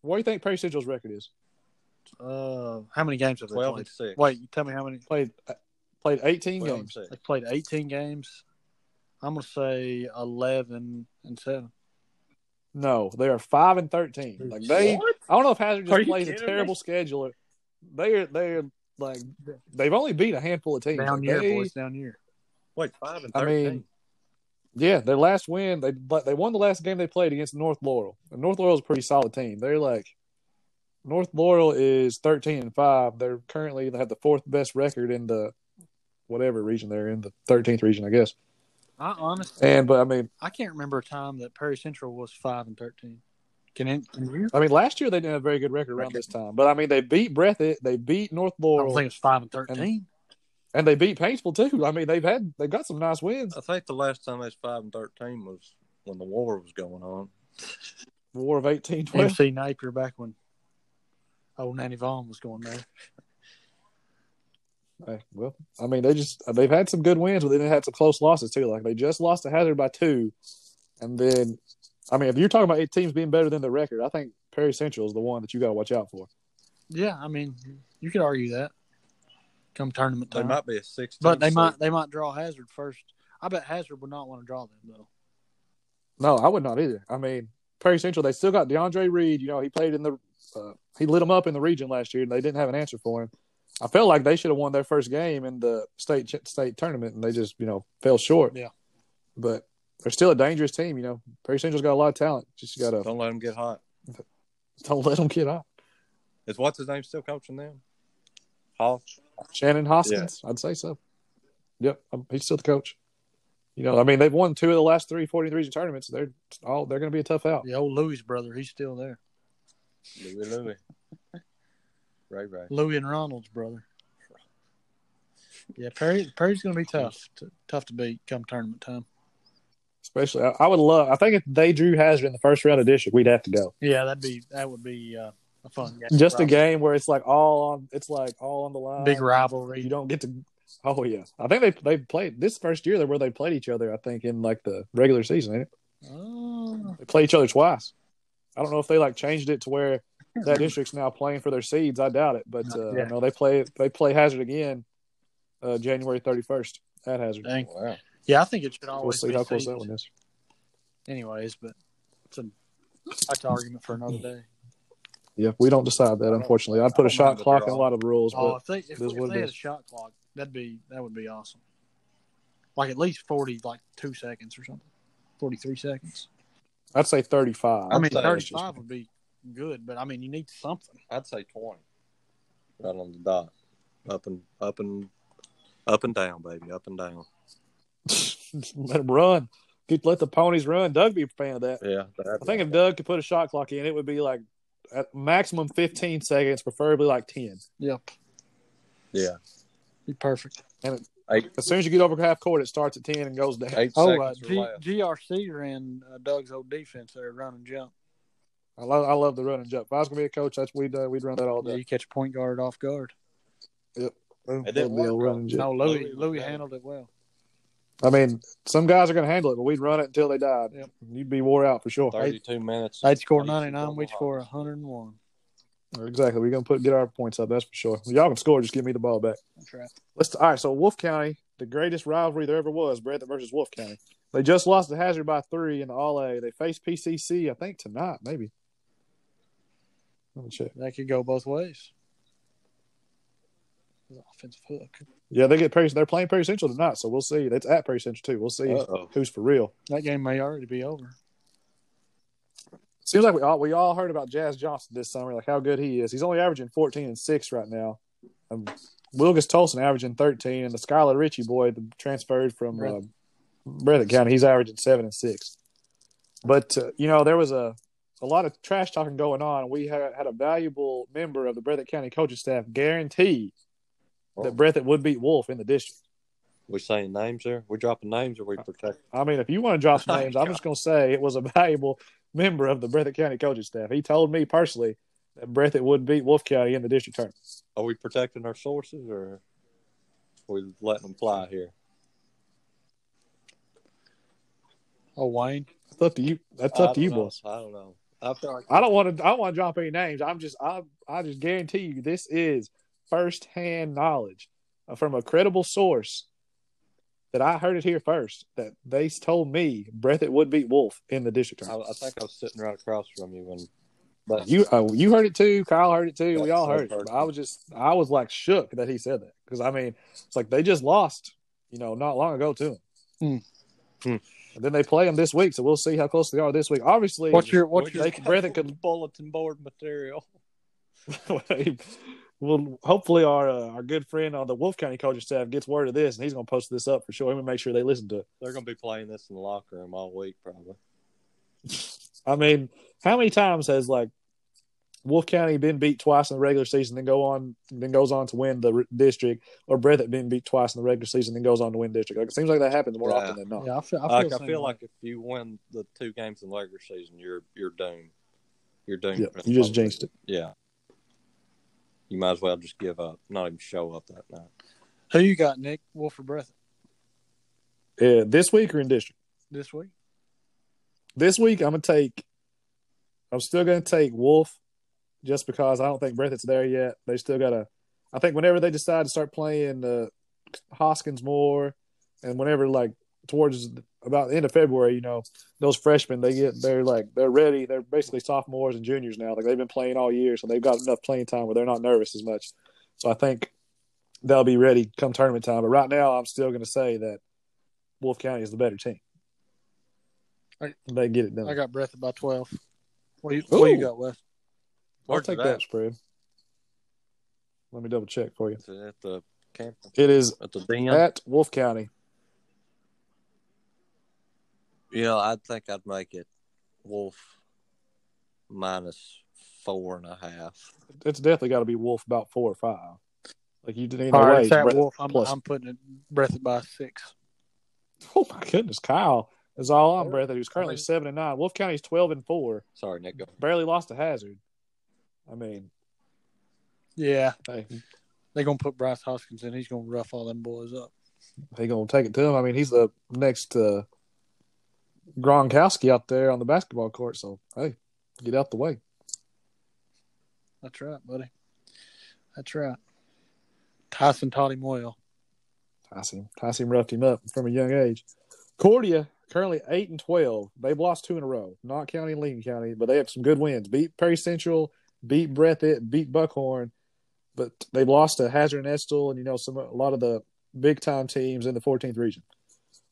A: What do you think Perry Central's record is?
B: Uh, how many games have they
C: twelve and
B: played?
C: six.
B: Wait, you tell me how many
A: Played uh, played eighteen
C: 12 and
A: games.
C: six.
B: they played? Eighteen games. I'm gonna say eleven and seven.
A: No, they are five and thirteen. Like they, I don't know if Hazard
B: Are
A: just
B: you
A: plays a
B: kidding
A: terrible schedule. Or they are they are like they've only beat a handful of teams.
B: Down
A: Like,
B: year,
A: they-
B: boys. Down year.
C: Wait, five and
A: I
C: thirteen.
A: mean, Yeah, their last win, they but they won the last game they played against North Laurel. And North Laurel's a pretty solid team. They're like North Laurel is thirteen and five. They're currently they have the fourth best record in the whatever region they're in, the thirteenth region, I guess.
B: I honestly,
A: And but I mean
B: I can't remember a time that Perry Central was five and thirteen. Can, it, can you?
A: I mean last year they didn't have a very good record around
B: Record.
A: this time. But I mean they beat Breathitt, they beat North
B: I don't
A: Laurel
B: think it's five and thirteen.
A: and they beat Paintsville too. I mean they've had they've got some nice wins.
C: I think the last time they was five and thirteen was when the war was going on.
A: War of eighteen twelve.
B: MC Napier back when old Nanny Vaughn was going there.
A: Hey, well, I mean, they just they've had some good wins, but then they had some close losses too. Like they just lost to Hazard by two, and then, I mean, if you're talking about eight teams being better than the record, I think Perry Central is the one that you got to watch out for.
B: Yeah, I mean, you could argue that. Come tournament
C: They
B: time,
C: might be a sixteen,
B: but they
C: seed.
B: might they might draw Hazard first. I bet Hazard would not want to draw them though.
A: No, I would not either. I mean, Perry Central they still got DeAndre Reed. You know, he played in the uh, he lit them up in the region last year, and they didn't have an answer for him. I felt like they should have won their first game in the state ch- state tournament, and they just you know fell short.
B: Yeah.
A: but they're still a dangerous team. You know, Perry Central's got a lot of talent. Just got to
C: Don't let them get hot.
A: don't let them get out.
C: Is what's his name still coaching them? Hoff.
A: Shannon Hoskins, I'd say so. Yep, um, he's still the coach. You know, I mean, they've won two of the last three 43 region tournaments. They're all they're going to be a tough out.
B: The old Louis brother, he's still there.
C: Louie Louie. Ray Ray.
B: Louis and Ronald's brother. Yeah, Perry Perry's going to be tough, to, tough to beat come tournament time.
A: Especially, I, I would love. I think if they drew Hazard in the first round of district, we'd have to go.
B: Yeah, that'd be that would be uh, a fun game.
A: Just a game where it's like all on. It's like all on the line.
B: big
A: You
B: rivalry.
A: don't get to. Oh yeah, I think they they played this first year where they played each other. I think in like the regular season, ain't it?
C: Uh,
B: Oh,
A: They played each other twice. I don't know if they like changed it to where that district's now playing for their seeds. I doubt it, but uh,
B: Yeah.
A: no, they play they play Hazard again, uh, January thirty first at Hazard.
B: dang.
C: Wow.
B: Yeah, I think it should
A: We'll
B: always
A: see
B: be
A: how close
B: seeded.
A: that one is.
B: anyways, but it's a that's an argument for another day.
A: Yeah, we don't decide that unfortunately. I'd put a
C: I don't
A: shot
C: mind the
A: clock in a
C: draw.
A: lot of rules,
B: Oh,
A: but
B: if they if,
A: this
B: if
A: would be-
B: they had a shot clock, that'd be that would be awesome. Like at least forty, like two seconds or something, forty three seconds.
A: I'd say thirty five.
B: I mean,
C: say-
B: thirty five would be good, but I mean, you need something.
C: I'd say twenty. Right on the dot. Up and up and up and down, baby. Up and down.
A: let them run. Get, let the ponies run. Doug be a fan of that.
C: Yeah.
A: I think if Doug could put a shot clock in, it would be like at maximum fifteen seconds, preferably like ten.
B: Yep,
C: yeah.
B: be perfect.
C: Eight,
A: As soon as you get over half court, it starts at ten and goes down.
C: eight
B: Oh, uh,
C: seconds or
B: G-
C: less.
B: GRC ran uh, Doug's old defense there, run and jump.
A: I love, I love the run and jump. If I was gonna be a coach, that's we'd uh, we'd run that all
B: Yeah,
A: day.
B: you catch a point guard off guard.
C: It didn't
A: We'll
C: work,
A: run and jump.
B: No,
C: Louis
B: Louis
C: was
B: Louis
C: bad.
B: handled it well.
A: I mean, some guys are gonna handle it, but we'd run it until they died.
B: Yep.
A: You'd be wore out for sure.
C: Thirty-two minutes.
B: They'd score
C: Thirty-two
B: ninety nine, we'd
C: double
B: score
C: hops.
B: hundred and one.
A: Exactly. We're gonna put get our points up. That's for sure. Y'all can score. Just give me the ball back.
B: That's right.
A: Let's. All right. So Wolf County, the greatest rivalry there ever was, Breathitt versus Wolf County. They just lost to Hazard by three in the All A. They face PCC, I think tonight, maybe. Let me check.
B: That could go both ways. He's an offensive hook.
A: Yeah, they get Perry. They're playing Perry Central tonight, so we'll see. That's at Perry Central too. We'll see
C: Uh-oh.
A: who's for real.
B: That game may already be over.
A: Seems like we all we all heard about Jazz Johnson this summer, like how good he is. He's only averaging fourteen and six right now. Um, Wilgus Tolson averaging thirteen, and the Skylar Ritchie boy the, transferred from
B: Breathitt.
A: uh, Breathitt County, he's averaging seven and six. But uh, you know there was a a lot of trash talking going on. We had, had a valuable member of the Breathitt County coaching staff guarantee that Breathitt would beat Wolf in the district.
C: We saying names there? We dropping names or
B: Uh,
C: we protect?
A: I mean, if you want to drop some
C: Oh My
A: names, I'm
C: God.
A: just going to say it was a valuable member of the Breathitt County coaching staff. He told me personally that Breathitt would beat Wolf County in the district tournament.
C: Are we protecting our sources or are we letting them fly here?
B: Oh, Wayne.
A: It's up to you. That's
C: I
A: up to
C: don't
A: you,
C: know.
A: boss.
C: I don't know. I feel like
A: I don't want to. I don't want to drop any names. I'm just. I. I just guarantee you, this is firsthand knowledge from a credible source that I heard it here first. That they told me Breathitt would beat Wolf in the district
C: I,
A: tournament.
C: I think I was sitting right across from you when. But
A: You oh, you heard it too. Kyle heard it too. we
C: Yeah,
A: all
C: I
A: heard it.
C: heard
A: But I was just I was like shook that he said that because I mean it's like they just lost you know not long ago to him,
B: Hmm.
C: Hmm.
A: and then they play them this week. So we'll see how close they are this week. Obviously,
B: What's your what's
A: They
B: your
A: could- Breathitt could-
C: bulletin board material.
A: well hopefully our uh, our good friend on the Wolf County coaching staff gets word of this and he's gonna post this up for sure. We make sure they listen to it.
C: They're going to be playing this in the locker room all week, probably.
A: I mean, how many times has like Wolf County been beat twice in the regular season, then go on, then goes on to win the r- district, or Breathitt been beat twice in the regular season, then goes on to win district? Like it seems like that happens more
C: Yeah.
A: often than not.
B: yeah, I feel, I feel,
C: Like,
B: the
C: I
B: same
C: feel
B: way.
C: like if you win the two games in the regular season, you're you're doomed. You're doomed.
A: Yeah,
C: for the
A: you just
C: whole
A: jinxed it.
C: season. Yeah. You might as well just give up, not even show up that night.
B: who you got, Nick Wolf or Breathitt
A: Yeah, this week or in district.
B: this week?
A: This week, I'm gonna take. I'm still gonna take Wolf, just because I don't think Breathitt's there yet. They still gotta. I think whenever they decide to start playing uh, Hoskins more, and whenever like towards about the end of February, you know, those freshmen they get they're like they're ready. They're basically sophomores and juniors now. Like they've been playing all year, so they've got enough playing time where they're not nervous as much. So I think they'll be ready come tournament time. But right now, I'm still going to say that Wolf County is the better team.
B: I-
A: They get it done.
B: I got Breathitt by twelve. What do you
A: Ooh.
B: what do you got, Wes?
A: I'll
C: Where's
A: take
C: it
A: that?
C: at?
A: spread. Let me double check for you.
C: Is it at the camp?
A: It is
C: At the den?
A: at Wolf County.
C: Yeah, I think I'd make it Wolf minus four and a half.
A: It's definitely got to be Wolf about four or five. Like you didn't
B: All
A: know.
B: right, it's at Wolf. I'm,
A: plus.
B: I'm putting it Breathitt by six.
A: Oh my goodness, Kyle is all on
C: Yeah.
A: breath. He was currently
C: I mean-
A: seven and nine. Wolf County's twelve and four.
C: Sorry, Nick. Go.
A: Barely lost to Hazard. I mean,
B: Yeah,
A: hey,
B: they're gonna put Bryce Hoskins in. He's gonna rough all them boys up.
A: they gonna take it to him. I mean, he's the next uh, Gronkowski out there on the basketball court. So hey, get out the way.
B: That's right, buddy. That's right. Tyson taught him well.
A: Tyson, Tyson roughed him up from a young age. Cordia currently eight and twelve. They've lost two in a row, not county and Lincoln County, but they have some good wins. Beat Perry Central, beat Breathitt, beat Buckhorn, but they've lost to Hazard and Estill, and you know some a lot of the big time teams in the 14th region.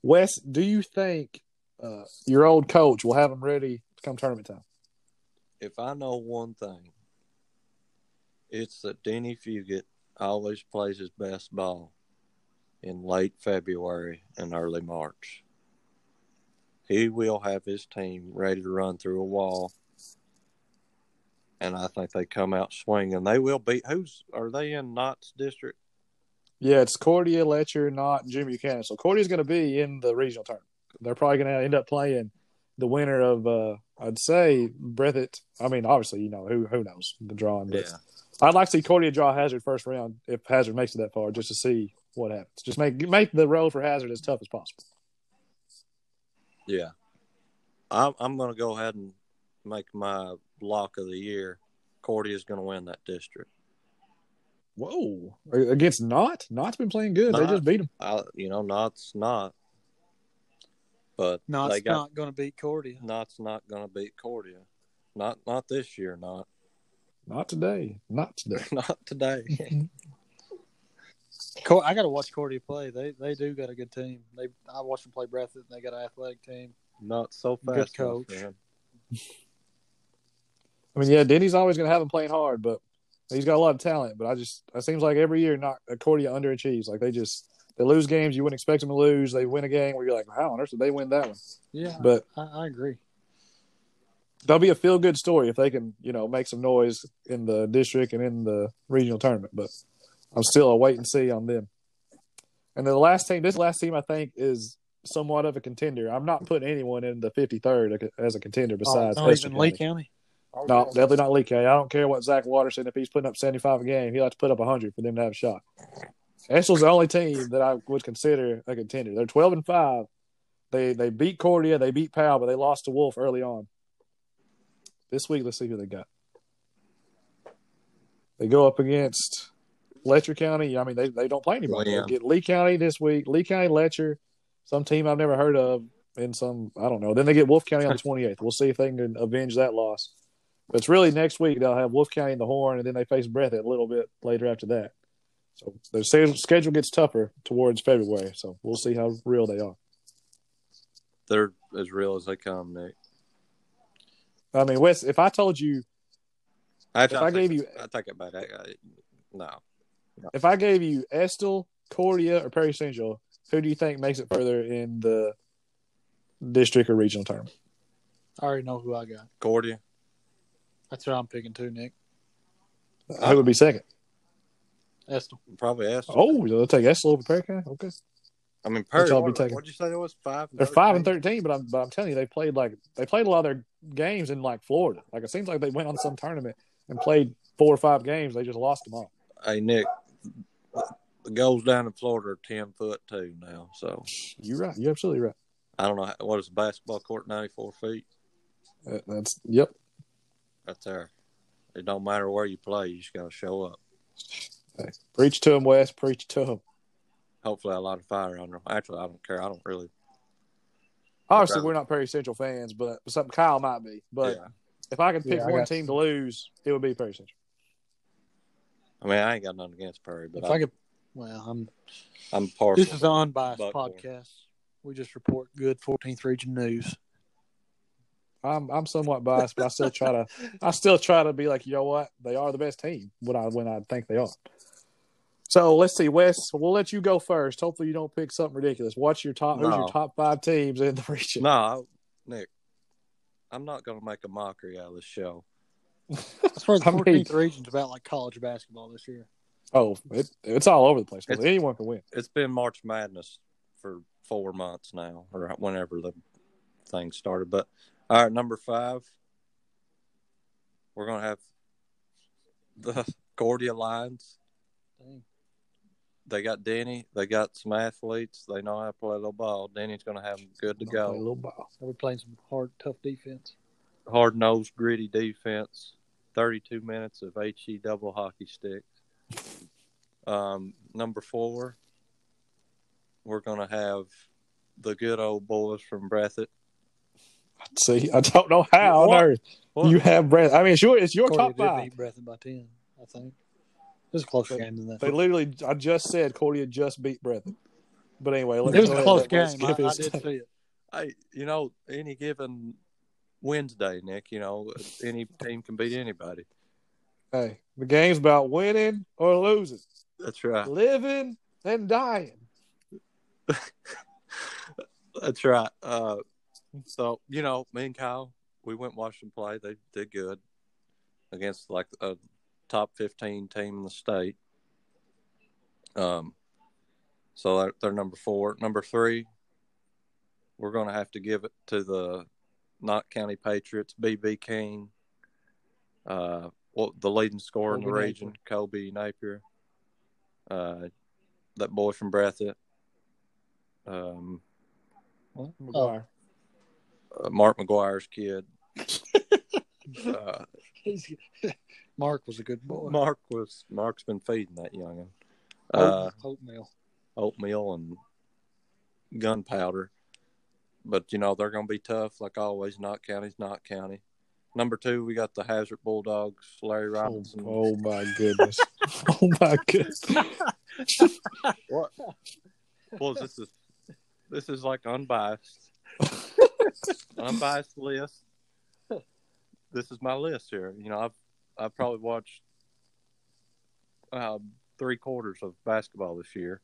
A: Wes, do you think uh, your old coach will have them ready come tournament time?
C: If I know one thing, it's that Denny Fugit always plays his best ball in late February and early March. He will have his team ready to run through a wall. And I think they come out swinging. They will beat. Who's are they in Knott's district?
A: Yeah, it's Cordia, Letcher, not Jim Buchanan. So Cordia's going to be in the regional tournament. They're probably going to end up playing the winner of, uh, I'd say, Breathitt. I mean, obviously, you know who who knows the drawing, but I'd like to see Cordia draw Hazard first round if Hazard makes it that far, just to see what happens. Just make make the road for Hazard as tough as possible.
C: Yeah. I'm, I'm going to go ahead and make my lock of the year. Cordy is going to win that district.
A: Whoa, against Knott. Knott's been playing good. They
C: Knott.
A: just beat him.
C: I, you know, Knott's not. But
B: No,
C: they
B: it's
C: got
B: not gonna beat Cordia.
C: Knott's not going to beat Cordia. Not not this year, not
A: Not today. Not today.
C: not today.
B: Cor- I got to watch Cordy play. They they do got a good team. They I watched them play Breathitt, and they got an athletic team.
C: Not so
B: Good
C: fast, my
B: coach.
C: friend.
A: I mean, yeah, Denny's always going to have him playing hard, but he's got a lot of talent. But I just, it seems like every year, not Concordia underachieves. Like they just, they lose games you wouldn't expect them to lose. They win a game where you're like, how on earth did they win that one?
B: Yeah,
A: But
B: I, I agree.
A: they'll be a feel good story if they can, you know, make some noise in the district and in the regional tournament. But I'm still a wait and see on them. And then the last team, this last team, I think is somewhat of a contender. I'm not putting anyone in the 53rd as a contender besides
B: Oh, not
A: Hester
B: even Lee
A: County.
B: County.
A: No, definitely not Lee County. I don't care what Zach Watterson, if he's putting up 75 a game, he'll have to put up 100 for them to have a shot. Estel's the only team that I would consider a contender. They're 12 and 5. They they beat Cordia, they beat Powell, but they lost to Wolf early on. This week, let's see who they got. They go up against Letcher County. I mean, they, they don't play anybody.
C: Lamb.
A: They get Lee County this week, Lee County, Letcher, some team I've never heard of, and some, I don't know. Then they get Wolf County on the 28th. We'll see if they can avenge that loss. But it's really next week they'll have Wolf County in the Horn, and then they face Breathitt a little bit later after that. So their se- schedule gets tougher towards February. So we'll see how real they are.
C: They're as real as they come, Nick.
A: I mean, Wes, if I told you,
C: If
A: I gave you-
C: I take it back. I, I, no,
A: if I gave you Estill, Cordia, or Perry Central, who do you think makes it further in the district or regional tournament?
B: I already know who I got.
C: Cordia.
B: That's who I'm picking too, Nick.
A: Who would be second?
B: Estel.
C: Probably asked.
A: Oh, they'll take Estill over Perry County. Okay,
C: I mean, Perry.
A: y'all be
C: What,
A: taking?
C: what'd you say it was? Five. and
A: they're five and
C: 13?
A: thirteen, but I'm but I'm telling you, they played like they played a lot of their games in like Florida. Like it seems like they went on some tournament and played four or five games. They just lost them all.
C: Hey Nick, the goals down in Florida are ten foot two now. So
A: You're right. You're absolutely right.
C: I don't know how- what is the basketball court ninety four feet.
A: Uh, That's yep.
C: That's there. It don't matter where you play, you just gotta show up.
A: Preach to him, Wes. Preach to him.
C: Hopefully, a lot of fire under them. Actually, I don't care. I don't really.
A: Obviously,
C: Okay.
A: we're not Perry Central fans, but something Kyle might be. But
C: yeah.
A: if I could pick
B: Yeah, I
A: one
B: got-
A: team to lose, it would be Perry Central.
C: I mean, I ain't got nothing against Perry, but
B: If I
C: I,
B: could, well, I'm.
C: am partial.
B: This is an unbiased
C: Buckhorn.
B: podcast. We just report good 14th region news.
A: I'm I'm somewhat biased, but I still try to I still try to be like, you know what? They are the best team when I when I think they are. So let's see, Wes. We'll let you go first. Hopefully, you don't pick something ridiculous. What's your top? Who's
C: No.
A: your top five teams in the region?
C: no, I- Nick. I'm not gonna make a mockery out of this show.
B: That's where the
A: I mean-
B: 14th region's about like college basketball this year.
A: Oh, it, it's all over the place.
C: It's-
A: Anyone can win.
C: It's been March Madness for four months now, or whenever the thing started. But all right, number five, we're gonna have the Cordia Lions.
B: Dang.
C: They got Denny. They got some athletes. They know how to play a little ball. Denny's gonna have them good to
A: Play a
C: go.
A: little ball.
B: Are we playing some hard, tough defense?
C: Hard nosed, gritty defense. Thirty-two minutes of he double hockey stick. Um, number four, we're gonna have the good old boys from Breathitt.
A: See, I don't know how
C: What?
A: on earth
C: What?
A: you have breath. I mean, sure, it's your
B: Cordia
A: top
B: did
A: five.
B: beat Breathitt by 10, I think. It was a closer game than that.
A: They literally, I just said Cordia just beat Breathitt. But anyway, let
B: It was
A: go
B: a
A: ahead
B: close
A: and let Wes
B: game. I,
A: give
B: I
A: his-
B: did see it.
C: Hey, you know, any given Wednesday, Nick, you know, any team can beat anybody.
A: Hey, the game's about winning or losing,
C: That's right.
A: living and dying.
C: That's right. Uh,
A: Hmm.
C: so, you know, me and Kyle, we went and watched them play. They did good against like a top 15 team in the state. Um, so they're, they're number four. Number three, we're going to have to give it to the Knott County Patriots, BB King, uh, well, the leading scorer in the
A: Colby Napier.
C: region, Kobe Napier, uh, that boy from Breathitt. Um,
A: McGuire.
C: uh, Mark McGuire's kid. uh,
B: He's- Mark was a good boy. Oh.
C: Mark was Mark's been feeding that youngin uh,
B: Oat- Oatmeal.
C: oatmeal and gunpowder. But you know they're going to be tough, like always. Knott County's Knott County. Number two, we got the Hazard Bulldogs, Larry
A: Oh,
C: Robinson.
A: oh my goodness! oh my goodness!
C: What? Well, this is this is like unbiased, unbiased list. This is my list here. You know, I've I've probably watched uh, three quarters of basketball this year,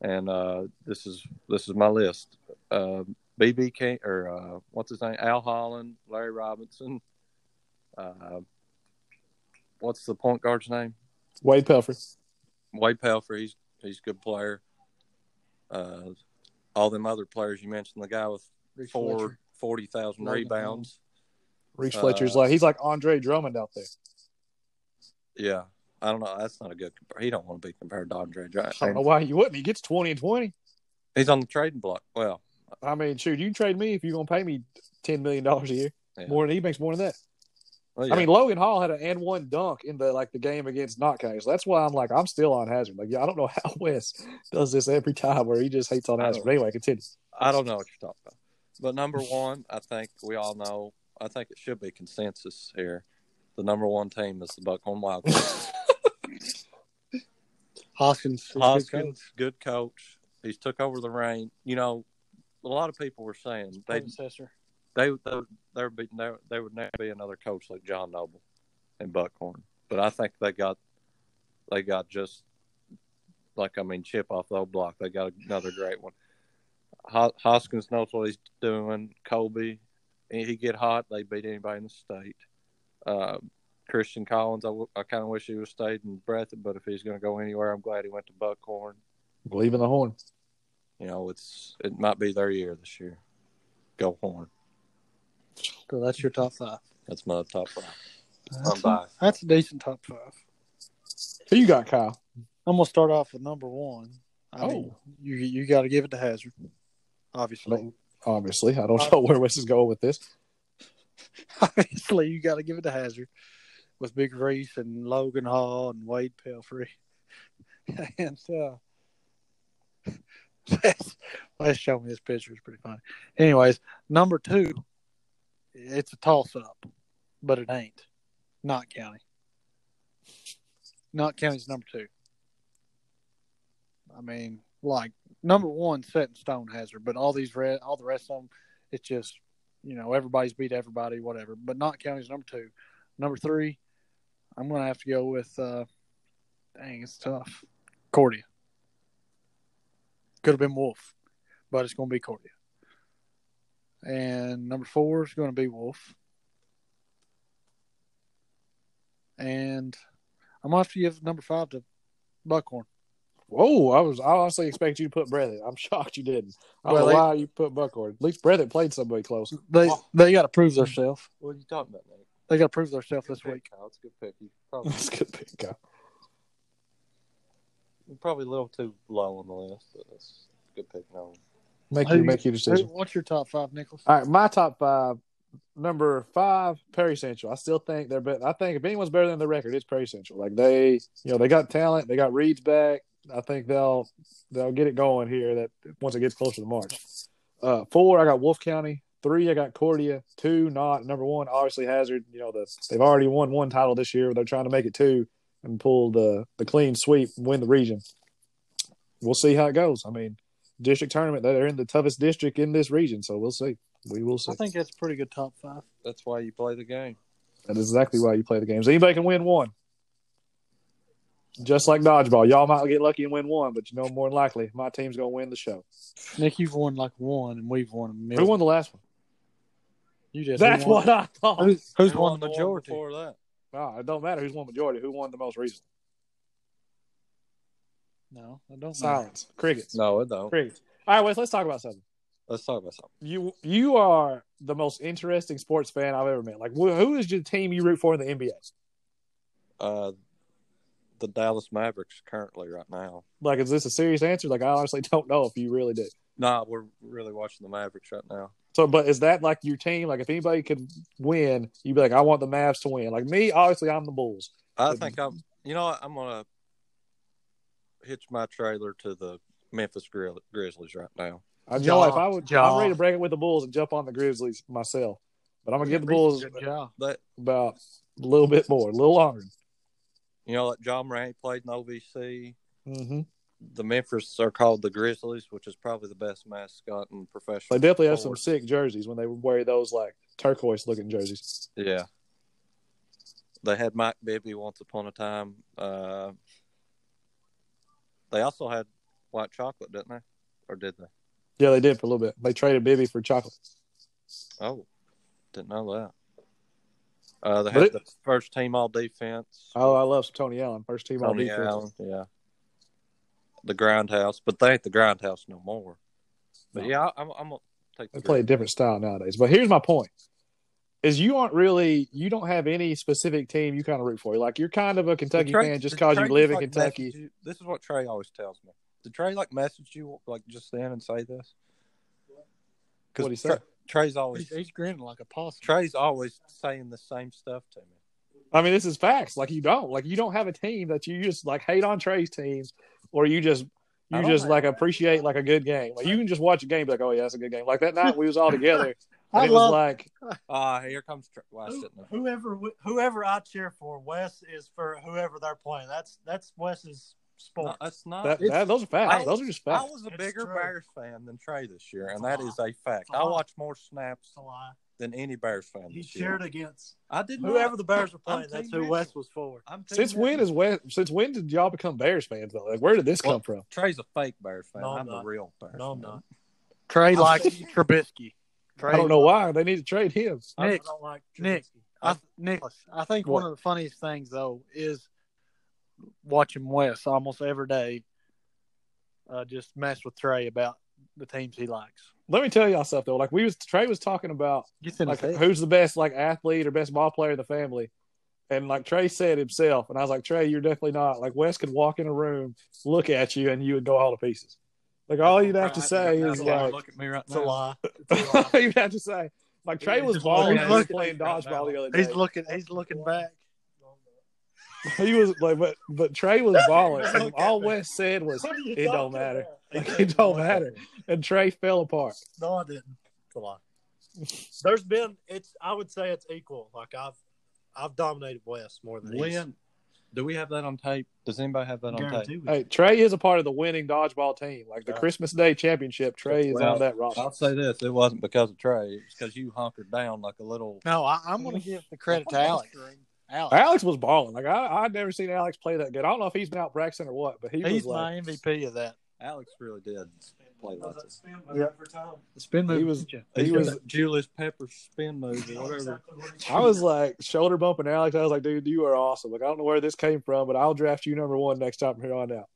C: and uh, this is this is my list. Uh, BB King or uh, what's his name? Al Holland, Larry Robinson. Uh, what's the point guard's name?
A: Wade Pelfrey.
C: Wade Pelfrey. He's he's a good player. Uh, all them other players you mentioned, the guy with
B: Reach
C: four
B: Fletcher.
C: forty thousand
B: Logan
C: rebounds.
A: Reach
C: Uh,
A: Fletcher's like he's like Andre Drummond out there.
C: Yeah, I don't know. That's not a good. Compar- he don't want to be compared to Andre.
A: I don't know
C: Drummond.
A: why you wouldn't. He gets twenty and twenty.
C: He's on the trading block. Well,
A: I mean, shoot, you can trade me if you're gonna pay me ten million dollars a year.
C: Yeah.
A: More than he makes more than that.
C: well,
A: I
C: yeah.
A: mean, Logan Hall had an and one dunk in the like the game against Notcase. That's why I'm like I'm still on Hazard. Like yeah, I don't know how Wes does this every time where he just hates on
C: I
A: Hazard.
C: don't-
A: But anyway, continue.
C: I don't know what you're talking about. But number one, I think we all know. I think it should be consensus here. The number one team is the Buckhorn Wildcats.
B: Hoskins. is a good
C: Hoskins,
B: coach.
C: good coach. He's took over the reign. You know, a lot of people were saying they
B: predecessor.
C: they they would- there would be there, there would never be another coach like John Noble and Buckhorn. But I think they got they got just like I mean chip off the old block. They got another great one. Ho- Hoskins knows what he's doing. Kobe, and he get hot. They beat anybody in the state. Uh, Christian Collins, I, w- I kind of wish he would have stayed in Breathitt, but if he's going to go anywhere, I'm glad he went to Buckhorn.
A: Believe in the horn.
C: You know, it's it might be their year this year. Go Horn.
B: So that's your top five.
C: That's my top five.
B: That's a,
C: biased.
B: that's a decent top five.
A: Who you got, Kyle?
B: I'm gonna start off with number one.
C: Oh.
B: I mean, you you got to give it to Hazard, obviously.
A: Like, Obviously, I
B: Uh,
A: don't know where Wes is going with this.
B: obviously you got to give it to Hazard with Big Reese and Logan Hall and Wade Pelfrey. and uh, Les, Les showed me this picture; it's pretty funny. Anyways, number two, it's a toss up, but it ain't. Knott County. Knott County's number two. I mean, like number one set in stone Hazard, but all these red, all the rest of them, it's just you know, everybody's beat everybody, whatever. But Knott County's number two. Number three, I'm going to have to go with, uh, dang, it's tough. Cordia. Could have been Wolf, but it's going to be Cordia. And number four is going to be Wolf. And I'm going to have to give number five to Buckhorn.
A: Whoa, I was I honestly expect you to put Breathitt. I'm shocked you didn't. I don't
B: Well,
A: know
B: they-
A: why you put Buckhorn. At least Breathitt played somebody close.
B: They they got to prove themselves.
C: What are you talking about, Nick?
B: They got to prove themselves this
C: Good
B: week.
C: pick, Kyle. It's a good pick. You probably,
A: That's a good pick, Kyle.
C: you're probably a little too low on the list, but it's a good pick. No,
A: Make
B: Who
A: you
B: you-
A: make your
B: Who-
A: decision.
B: What's your top five, Nicholas?
A: All right, my top five. Number five, Perry Central. I still think they're better. I think if anyone's better than the record, it's Perry Central. Like they, you know, they got talent. They got Reeds back. I think they'll they'll get it going here. That once it gets closer to March. Uh, four, I got Wolf County. Three, I got Cordia. Two, not number one. Obviously Hazard. You know, the, they've already won one title this year. They're trying to make it two and pull the the clean sweep and win the region. We'll see how it goes. I mean, district tournament. They're in the toughest district in this region, so we'll see. We will see.
B: I think that's a pretty good top five.
C: that's why you play the game.
A: That is exactly why you play the games. Anybody can win one. Just like dodgeball, y'all might get lucky and win one, but you know more than likely my team's gonna win the show.
B: Nick, you've won like one, and we've won a million.
A: Who won the last one?
B: You did.
A: That's
B: Who won-
A: what I thought.
B: Who's, who's
C: Who
B: won
C: won
B: the
C: one
B: majority?
C: before that?
A: No, it don't matter who's won majority. Who won the most recent?
B: No, I don't. know.
A: Silence. Crickets.
C: No, it don't.
A: Crickets. All right, Wes. Let's talk about something.
C: Let's talk about something.
A: You you are the most interesting sports fan I've ever met. Like, wh- who is your team you root for in the NBA?
C: Uh, the Dallas Mavericks currently right now.
A: Like, is this a serious answer? Like, I honestly don't know if you really do.
C: Nah, we're really watching the Mavericks right now.
A: So, but is that like your team? Like, if anybody could win, you'd be like, I want the Mavs to win. Like me, obviously, I'm the Bulls.
C: I
A: Good.
C: think I'm. You know, what? I'm gonna hitch my trailer to the Memphis Grizz- Grizzlies right now.
A: I you know what, if
B: Jaw,
A: I would,
B: jaw.
A: I'm ready to break it with the Bulls and jump on the Grizzlies myself. But I'm gonna give the
B: Reese,
A: Bulls
B: Good job.
C: That
A: about a little bit more, a little longer.
C: you know, like John Morant played in OVC.
A: Mm-hmm.
C: the Memphis are called the Grizzlies, which is probably the best mascot in
A: They
C: professional.
A: definitely have some
C: sports.
A: sick jerseys when they wear those like turquoise looking jerseys.
C: Yeah. They had Mike Bibby once upon a time. Uh, they also had white chocolate, didn't they? Or did they?
A: Yeah, they did for a little bit. They traded Bibby for chocolate.
C: Oh, didn't know that. Uh, they
A: But
C: had
A: it-
C: the first team all defense.
A: Oh, I love Tony Allen, first team all
C: Tony
A: defense.
C: Allen, yeah. The Grindhouse, but they ain't the Grindhouse no more. But
A: No.
C: yeah, I, I'm, I'm gonna take.
A: They
C: the
A: play a
C: Grizzlies.
A: different style nowadays. But here's my point: is you aren't really you don't have any specific team you kind of root for. Like you're kind of a Kentucky
C: Did Trey-
A: fan just
C: did
A: because
C: Trey
A: you live in
C: like
A: Kentucky.
C: message you- This is what Trey always tells me. Did Trey like message you like just then and say this? Because
A: What'd he say?
C: Trey's
B: He's,
C: always
B: he's grinning like a possum.
C: Trey's always saying the same stuff to me.
A: I mean, this is facts. Like you don't like you don't have a team that you just like hate on Trey's teams, or you just
C: I
A: you
C: don't
A: just
C: hate
A: like
C: on
A: appreciate like a good game. Like you can just watch a game, be like oh yeah, that's a good game. Like that night we was all together, and
B: I
A: it was
B: love
A: like
C: Ah, here comes Trey. Well, I shouldn't have.
D: whoever whoever I cheer for, Wes is for whoever they're playing. That's that's Wes's
C: No,
D: sport.
C: that's not.
A: that,
B: It's-
A: that- those are facts.
C: Oh, I-
A: those are just
C: I
A: facts.
C: was a
D: It's
C: bigger
D: true.
C: Bears fan than Trey this year, and
D: It's a
C: that
D: lie.
C: is a fact.
D: It's a
C: I
D: lie.
C: watched more snaps
D: That's a lie.
C: than any Bears fan
D: He
C: this year.
D: cheered against
C: I did not.
D: whoever the Bears were playing.
C: I'm
D: That's
C: Team
D: who Wes
C: Mitchell.
D: was for.
C: I'm Team
A: Since when
C: Mitchell.
A: is when since when did y'all become Bears fans though? Like where did this
C: Well,
A: come from?
C: Trey's a fake Bears fan.
D: No, I'm
C: I'm, a
D: not.
C: real Bears.
D: No, I'm
C: fan.
D: not.
B: Trey
D: I'm
B: likes
D: saying-
B: Trubisky. Trey,
A: I don't know why they need to trade him.
D: I
B: Nick,
D: don't like
B: Nick.
D: Trubisky.
B: I, Nicholas, I think one
A: What?
B: of the funniest things though is watching Wes almost every day. Uh, just mess with Trey about the teams he likes.
A: Let me tell y'all something though. Like we was Trey was talking about
B: Gets in
A: like
B: his head.
A: who's the best like athlete or best ball player in the family. And like Trey said himself, and I was like, Trey, you're definitely not. Like Wes could walk in a room, look at you, and you would go all to pieces. Like all you'd have to
C: Right.
A: say
C: That's
A: is
C: why
A: like
C: look at me right
D: It's a lie. It's a lie.
A: you'd have to say. Like Trey was
D: He's
A: balling
B: looking-
A: out, he was playing dodgeball the other day.
B: He's looking. He's looking back.
A: he was like, but but Trey was balling. And
D: Look at
A: all
D: me.
A: Wes said was,
D: What are you
A: It don't
D: talking
A: matter.
D: about?
A: Like, it don't matter. and Trey fell apart.
D: No, I didn't. It's a lie. There's been it's. I would say it's equal. Like I've I've dominated Wes more than he's.
C: When do we have that on tape? Does anybody have that on tape?
D: Guarantee
A: Hey, Trey is a part of the winning dodgeball team. Like the Christmas Day championship, Trey is
C: Well,
A: on that roster.
C: I'll say this: it wasn't because of Trey. It's because you hunkered down like a little.
B: No, I, I'm going to give the credit to Alex. Alex,
A: Alex was balling. Like I, I'd never seen Alex play that good. I don't know if he's been out practicing or what, but he
B: he's
A: was like,
B: my MVP of that.
C: Alex really did play like this.
D: yeah.
B: The spin move.
A: He was-
B: didn't
A: He
C: He
A: was-
C: was Julius Pepper's spin move or whatever.
A: I was like shoulder bumping Alex. I was like, dude, you are awesome. Like I don't know where this came from, but I'll draft you number one next time from here on out.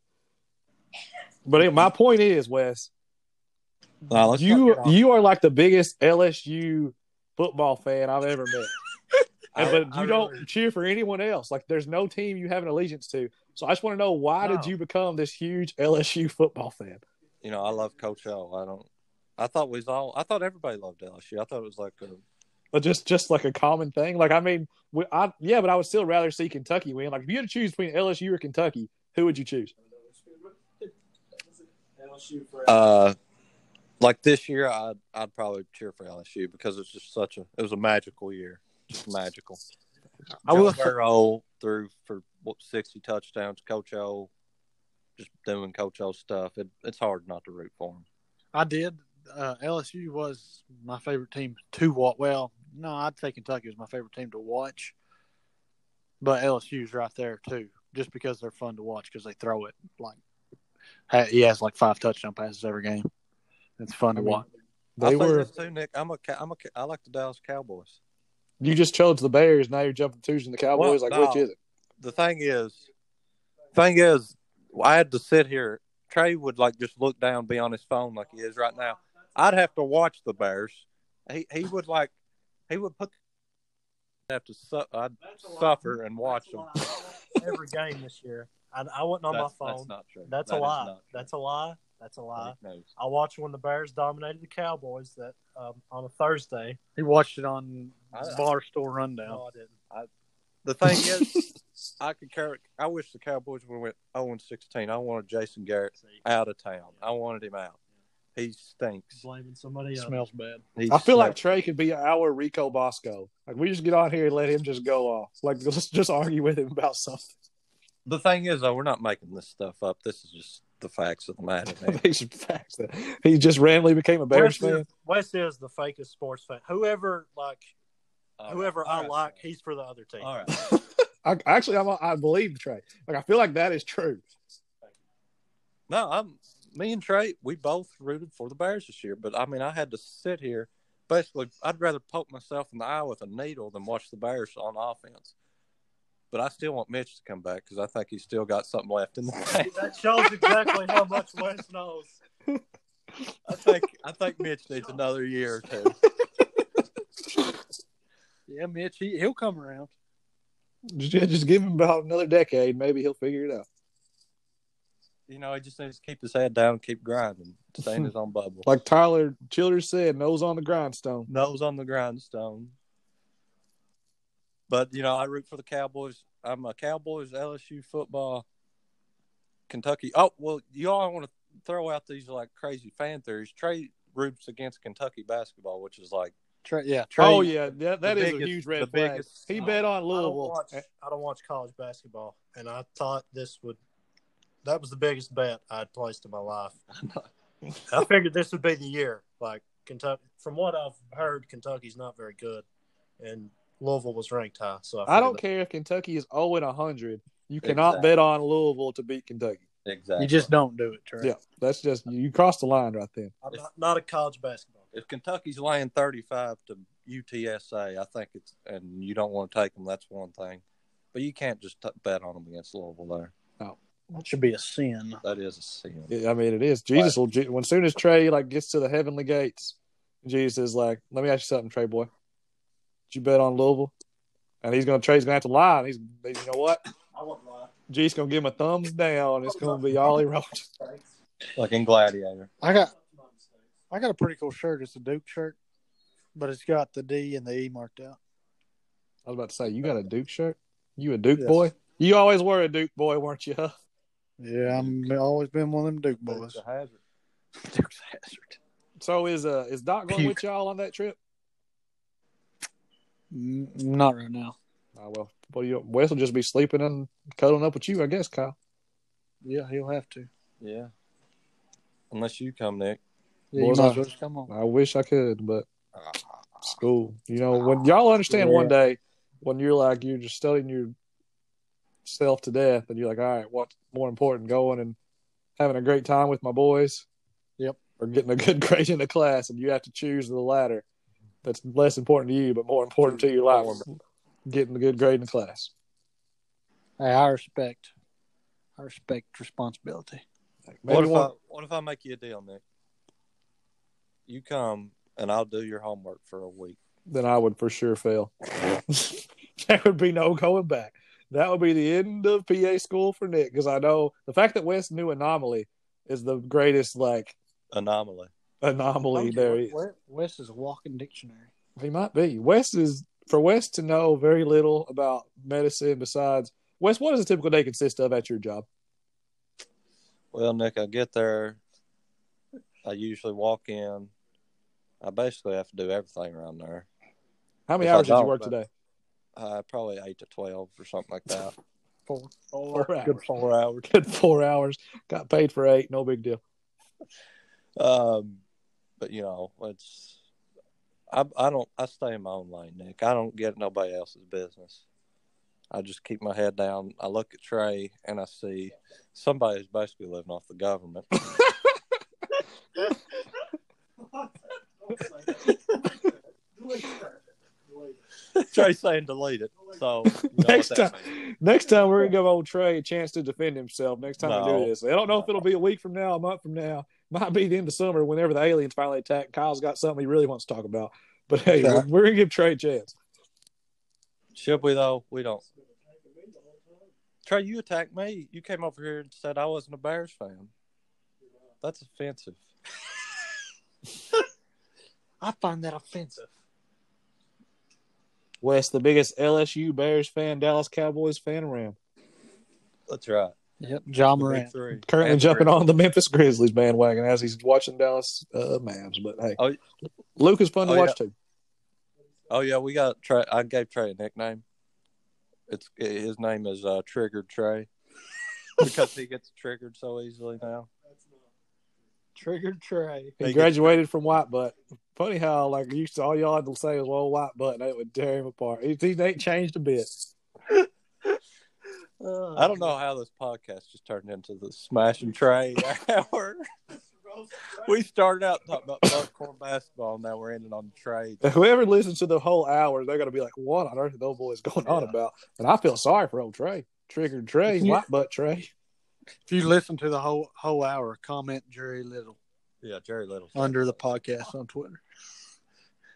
A: But it- my point is, Wes,
C: Nah, let's not
A: you
C: get off-
A: you are like the biggest LSU football fan I've ever met. And,
C: I-
A: but
C: I
A: you don't
C: really-
A: cheer for anyone else. Like there's no team you have an allegiance to. So I just want to know why did
D: No.
A: you become this huge LSU football fan?
C: You know, I love Coach L. I don't. I thought we was all. I thought everybody loved LSU. I thought it was like a
A: But just just like a common thing. Like I mean, we, I yeah, but I would still rather see Kentucky win. Like if you had to choose between LSU or Kentucky, who would you choose?
C: uh like this year I'd I'd probably cheer for LSU because it's just such a it was a magical year. Just magical.
B: I
C: I
B: will
C: will
B: say-
C: Burrow threw for what, sixty touchdowns, Coach O just doing Coach O stuff. It, it's hard not to root for him.
B: I did. Uh, LSU was my favorite team to watch. Well, no, I'd say Kentucky was my favorite team to watch, but LSU's right there too, just because they're fun to watch because they throw it like ha- he has like five touchdown passes every game. It's fun to
A: I mean,
B: watch.
A: They
C: I say
A: were
C: this too, Nick. I'm a Ca- I'm a Ca- I like the Dallas Cowboys.
A: you just chose the Bears, now you're jumping to choosing the Cowboys.
C: Well,
A: like which
C: no.
A: is it?
C: The thing is, thing is, I had to sit here. Trey would like just look down, be on his phone like he is right now. I'd have to watch the Bears. He he would like he would put I'd have to su- I'd suffer and watch them.
D: every game this year. I, I wasn't on
C: That's-
D: my
C: That's
D: phone.
C: not true.
D: That's,
C: That
D: a
C: is
D: lie.
C: not true.
D: That's a lie. That's a lie.
C: He knows.
D: I watched when the Bears dominated the Cowboys that um, on a Thursday.
B: He watched it on
C: I-
B: Bar Store Rundown.
D: No, I didn't.
C: The thing is, I could care. I wish the Cowboys would went 0 and 16. I wanted Jason Garrett
D: See,
C: out of town. I wanted him out. He stinks.
D: blaming somebody else.
B: Smells bad.
C: He
A: I feel like
C: stinks.
A: Trey could be our Rico Bosco. Like we just get on here and let him just go off. Like let's just argue with him about something.
C: the thing is, though, we're not making this stuff up. This is just the facts of the matter, man.
A: They should fax that. He just randomly became a Bears
D: Wes
A: fan.
D: is, Wes is the fakest sports fan. Whoever like whoever I like, he's for the other team.
C: All right.
A: I, actually, I'm, I believe Trey. Like I feel like that is true.
C: No, I'm me and Trey. We both rooted for the Bears this year, but I mean, I had to sit here. Basically, I'd rather poke myself in the eye with a needle than watch the Bears on offense. But I still want Mitch to come back because I think he's still got something left in the tank.
D: That shows exactly how much Wes knows.
C: I think I think Mitch needs another year or two.
B: Yeah, Mitch, he, he'll come around.
A: Just, just give him about another decade, maybe he'll figure it out.
C: You know, he just needs to keep his head down, keep grinding, stay in his own bubble.
A: Like Tyler Childers said, nose on the grindstone.
C: nose on the grindstone. But you know, I root for the Cowboys. I'm a Cowboys, LSU football, Kentucky. Oh well, you all want to throw out these like crazy fan theories. Trey roots against Kentucky basketball, which is like
B: Trey, yeah, Trey.
A: Oh yeah, that, that
C: The
A: is a
C: biggest-
A: huge
C: the
A: red flag.
C: biggest- uh,
A: he bet on
D: I don't
A: Louisville.
D: watch. I don't watch college basketball, and I thought this would. That was the biggest bet I'd placed in my life. I figured this would be the year. Like Kentucky, from what I've heard, Kentucky's not very good, and Louisville was ranked high. So I,
A: I don't
D: figured
A: care if Kentucky is 0 and 100. You cannot
C: Exactly.
A: bet on Louisville to beat Kentucky.
C: exactly.
B: You just don't do it, Trey.
A: Yeah, that's just you crossed the line right then.
D: that- I'm not, not a college basketball. guy.
C: if Kentucky's laying 35 to UTSA, I think it's and you don't want to take them. That's one thing, but you can't just t- bet on them against Louisville. There,
B: That should be a sin.
C: that is a sin.
A: Yeah, I mean, it is. Jesus will ju- when soon as Trey like gets to the heavenly gates, Jesus is like, "Let me ask you something, Trey boy. Did you bet on Louisville?" And he's gonna Trey's gonna have to lie. And he's, you know what?
D: I wouldn't lie.
A: G's gonna give him a thumbs down. And it's gonna be all he wrote.
D: Thanks.
C: Like in Gladiator.
B: I got I got a pretty cool shirt. It's a Duke shirt, but it's got the D and the E marked out.
A: I was about to say, you got a Duke shirt? You a Duke
B: Yes.
A: boy? You always were a Duke boy, weren't you?
B: Yeah, I'm always been one of them Duke boys.
C: It's a hazard.
B: Duke's a hazard.
A: So is uh is Doc going
B: Puke.
A: with y'all on that trip?
B: Mm, Not right now.
A: Oh well, what do you? Wes will just be sleeping and cuddling up with you, I guess, Kyle.
B: Yeah, he'll have to.
C: Yeah. Unless you come, Nick.
B: Yeah, you
A: Boys,
B: might
A: I-
B: as well just come on.
A: I wish I could, but school. You know, when y'all understand
B: Yeah.
A: one day when you're like you're just studying yourself to death, and you're like, all right, what's more important, going and having a great time with my boys,
B: Yep.
A: or getting a good grade in the class, and you have to choose the latter. That's less important to you, but more important to your life. Getting a good grade in the class.
B: Hey, I respect. I respect responsibility.
A: Like, maybe
C: What if,
A: one-
C: I, what if I make you a deal, Nick? You come and I'll do your homework for a week.
A: then I would for sure fail. there would be no going back. That would be the end of PA school for Nick because I know the fact that Wes knew anomaly is the greatest like
C: Anomaly.
A: anomaly there is.
B: Wes is a walking dictionary.
A: He might be. Wes is for Wes to know very little about medicine besides Wes. What does a typical day consist of at your job?
C: Well, Nick, I get there. I usually walk in. I basically have to do everything around there.
A: How many
C: If I
A: hours did you
C: don't,
A: work
C: but-
A: today?
C: Uh, probably 8 to 12 or something like that.
B: Four.
A: Four
C: Good
A: hours.
C: four hours.
A: Good four hours. Got paid for eight. No big deal.
C: Um, but, you know, it's. I, I don't. I stay in my own lane, Nick. I don't get nobody else's business. I just keep my head down. I look at Trey and I see somebody's basically living off the government. Trey's saying delete it. So you know
A: Next
C: what that
A: time.
C: means.
A: Next time we're gonna give old Trey a chance to defend himself. Next time we
C: No.
A: do this, I don't know if it'll be a week from now, a month from now, might be the end of summer whenever the aliens finally attack. Kyle's got something he really wants to talk about, but hey,
C: Okay.
A: we're, we're gonna give Trey a chance.
C: Should we though? We don't. Trey, you attacked me. You came over here and said I wasn't a Bears fan. That's offensive.
B: I find that offensive.
A: Wes, the biggest LSU Bears fan, Dallas Cowboys fan around,
C: That's right.
B: Yep, John
C: The big
B: Moran.
C: three.
A: currently
C: And
A: jumping
C: three.
A: on the Memphis Grizzlies bandwagon as he's watching Dallas uh, Mavs. But hey,
C: Oh,
A: Luke is fun to
C: oh,
A: watch too.
C: Oh yeah, we got Trey. I gave Trey a nickname. It's his name is uh, Triggered Trey. because he gets triggered so easily now.
B: Triggered Trey.
A: He
C: They get-
A: graduated from white butt. Funny how like you used to all y'all had to say was well white butt and it would tear him apart. He, he ain't changed a bit.
C: I don't know how this podcast just turned into the smash and tray hour. we started out talking about popcorn basketball, now we're ending on trade.
A: Whoever listens to the whole hour, they're gonna be like, What on earth are those boys going on
C: Yeah.
A: about? And I feel sorry for old Trey. Triggered Trey,
B: Yeah.
A: white butt Trey.
B: If you listen to the whole whole hour, comment Jerry Little
C: Yeah, Jerry Little.
B: under the podcast on Twitter.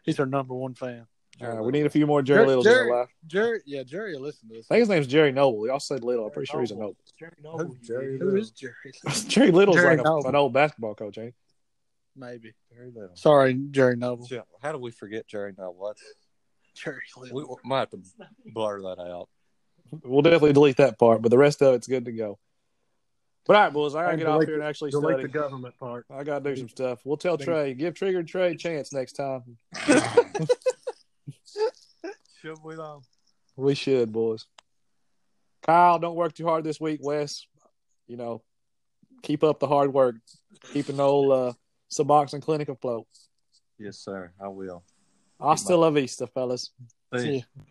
B: He's our number one fan.
A: Uh, we need a few more Jerry
B: Jerry-
A: Littles in
B: Jerry-
A: our life.
B: Jerry, yeah, Jerry, listen to this.
A: I think his name's Jerry Noble. Y'all said Little. Oh, I'm pretty sure he's a Noble.
D: Jerry Noble.
C: Who's Jerry
D: you
B: Who
D: idiot.
B: is Jerry?
A: Jerry Little's
B: Jerry
A: like
B: Noble.
A: a, an old basketball coach, ain't
B: Maybe.
C: Jerry Little.
B: Sorry, Jerry Noble.
C: Yeah, How do we forget Jerry Noble?
B: Jerry
C: That's-
B: Little.
C: We, we might have to blur that out.
A: he? We'll definitely delete that part, but the rest of it's good to go. But all right, boys, I gotta
D: And
A: get off
D: delete
A: here and actually
D: Delete
A: study.
D: the government part.
A: I gotta do some stuff. We'll tell Trey, give Triggered Trey a chance next time.
C: Should we though?
A: We should, boys. Kyle, don't work too hard this week, Wes. You know, keep up the hard work, keeping the old uh, Suboxone Clinic afloat.
C: Yes, sir. I will.
A: Hasta la vista, fellas.
C: See ya.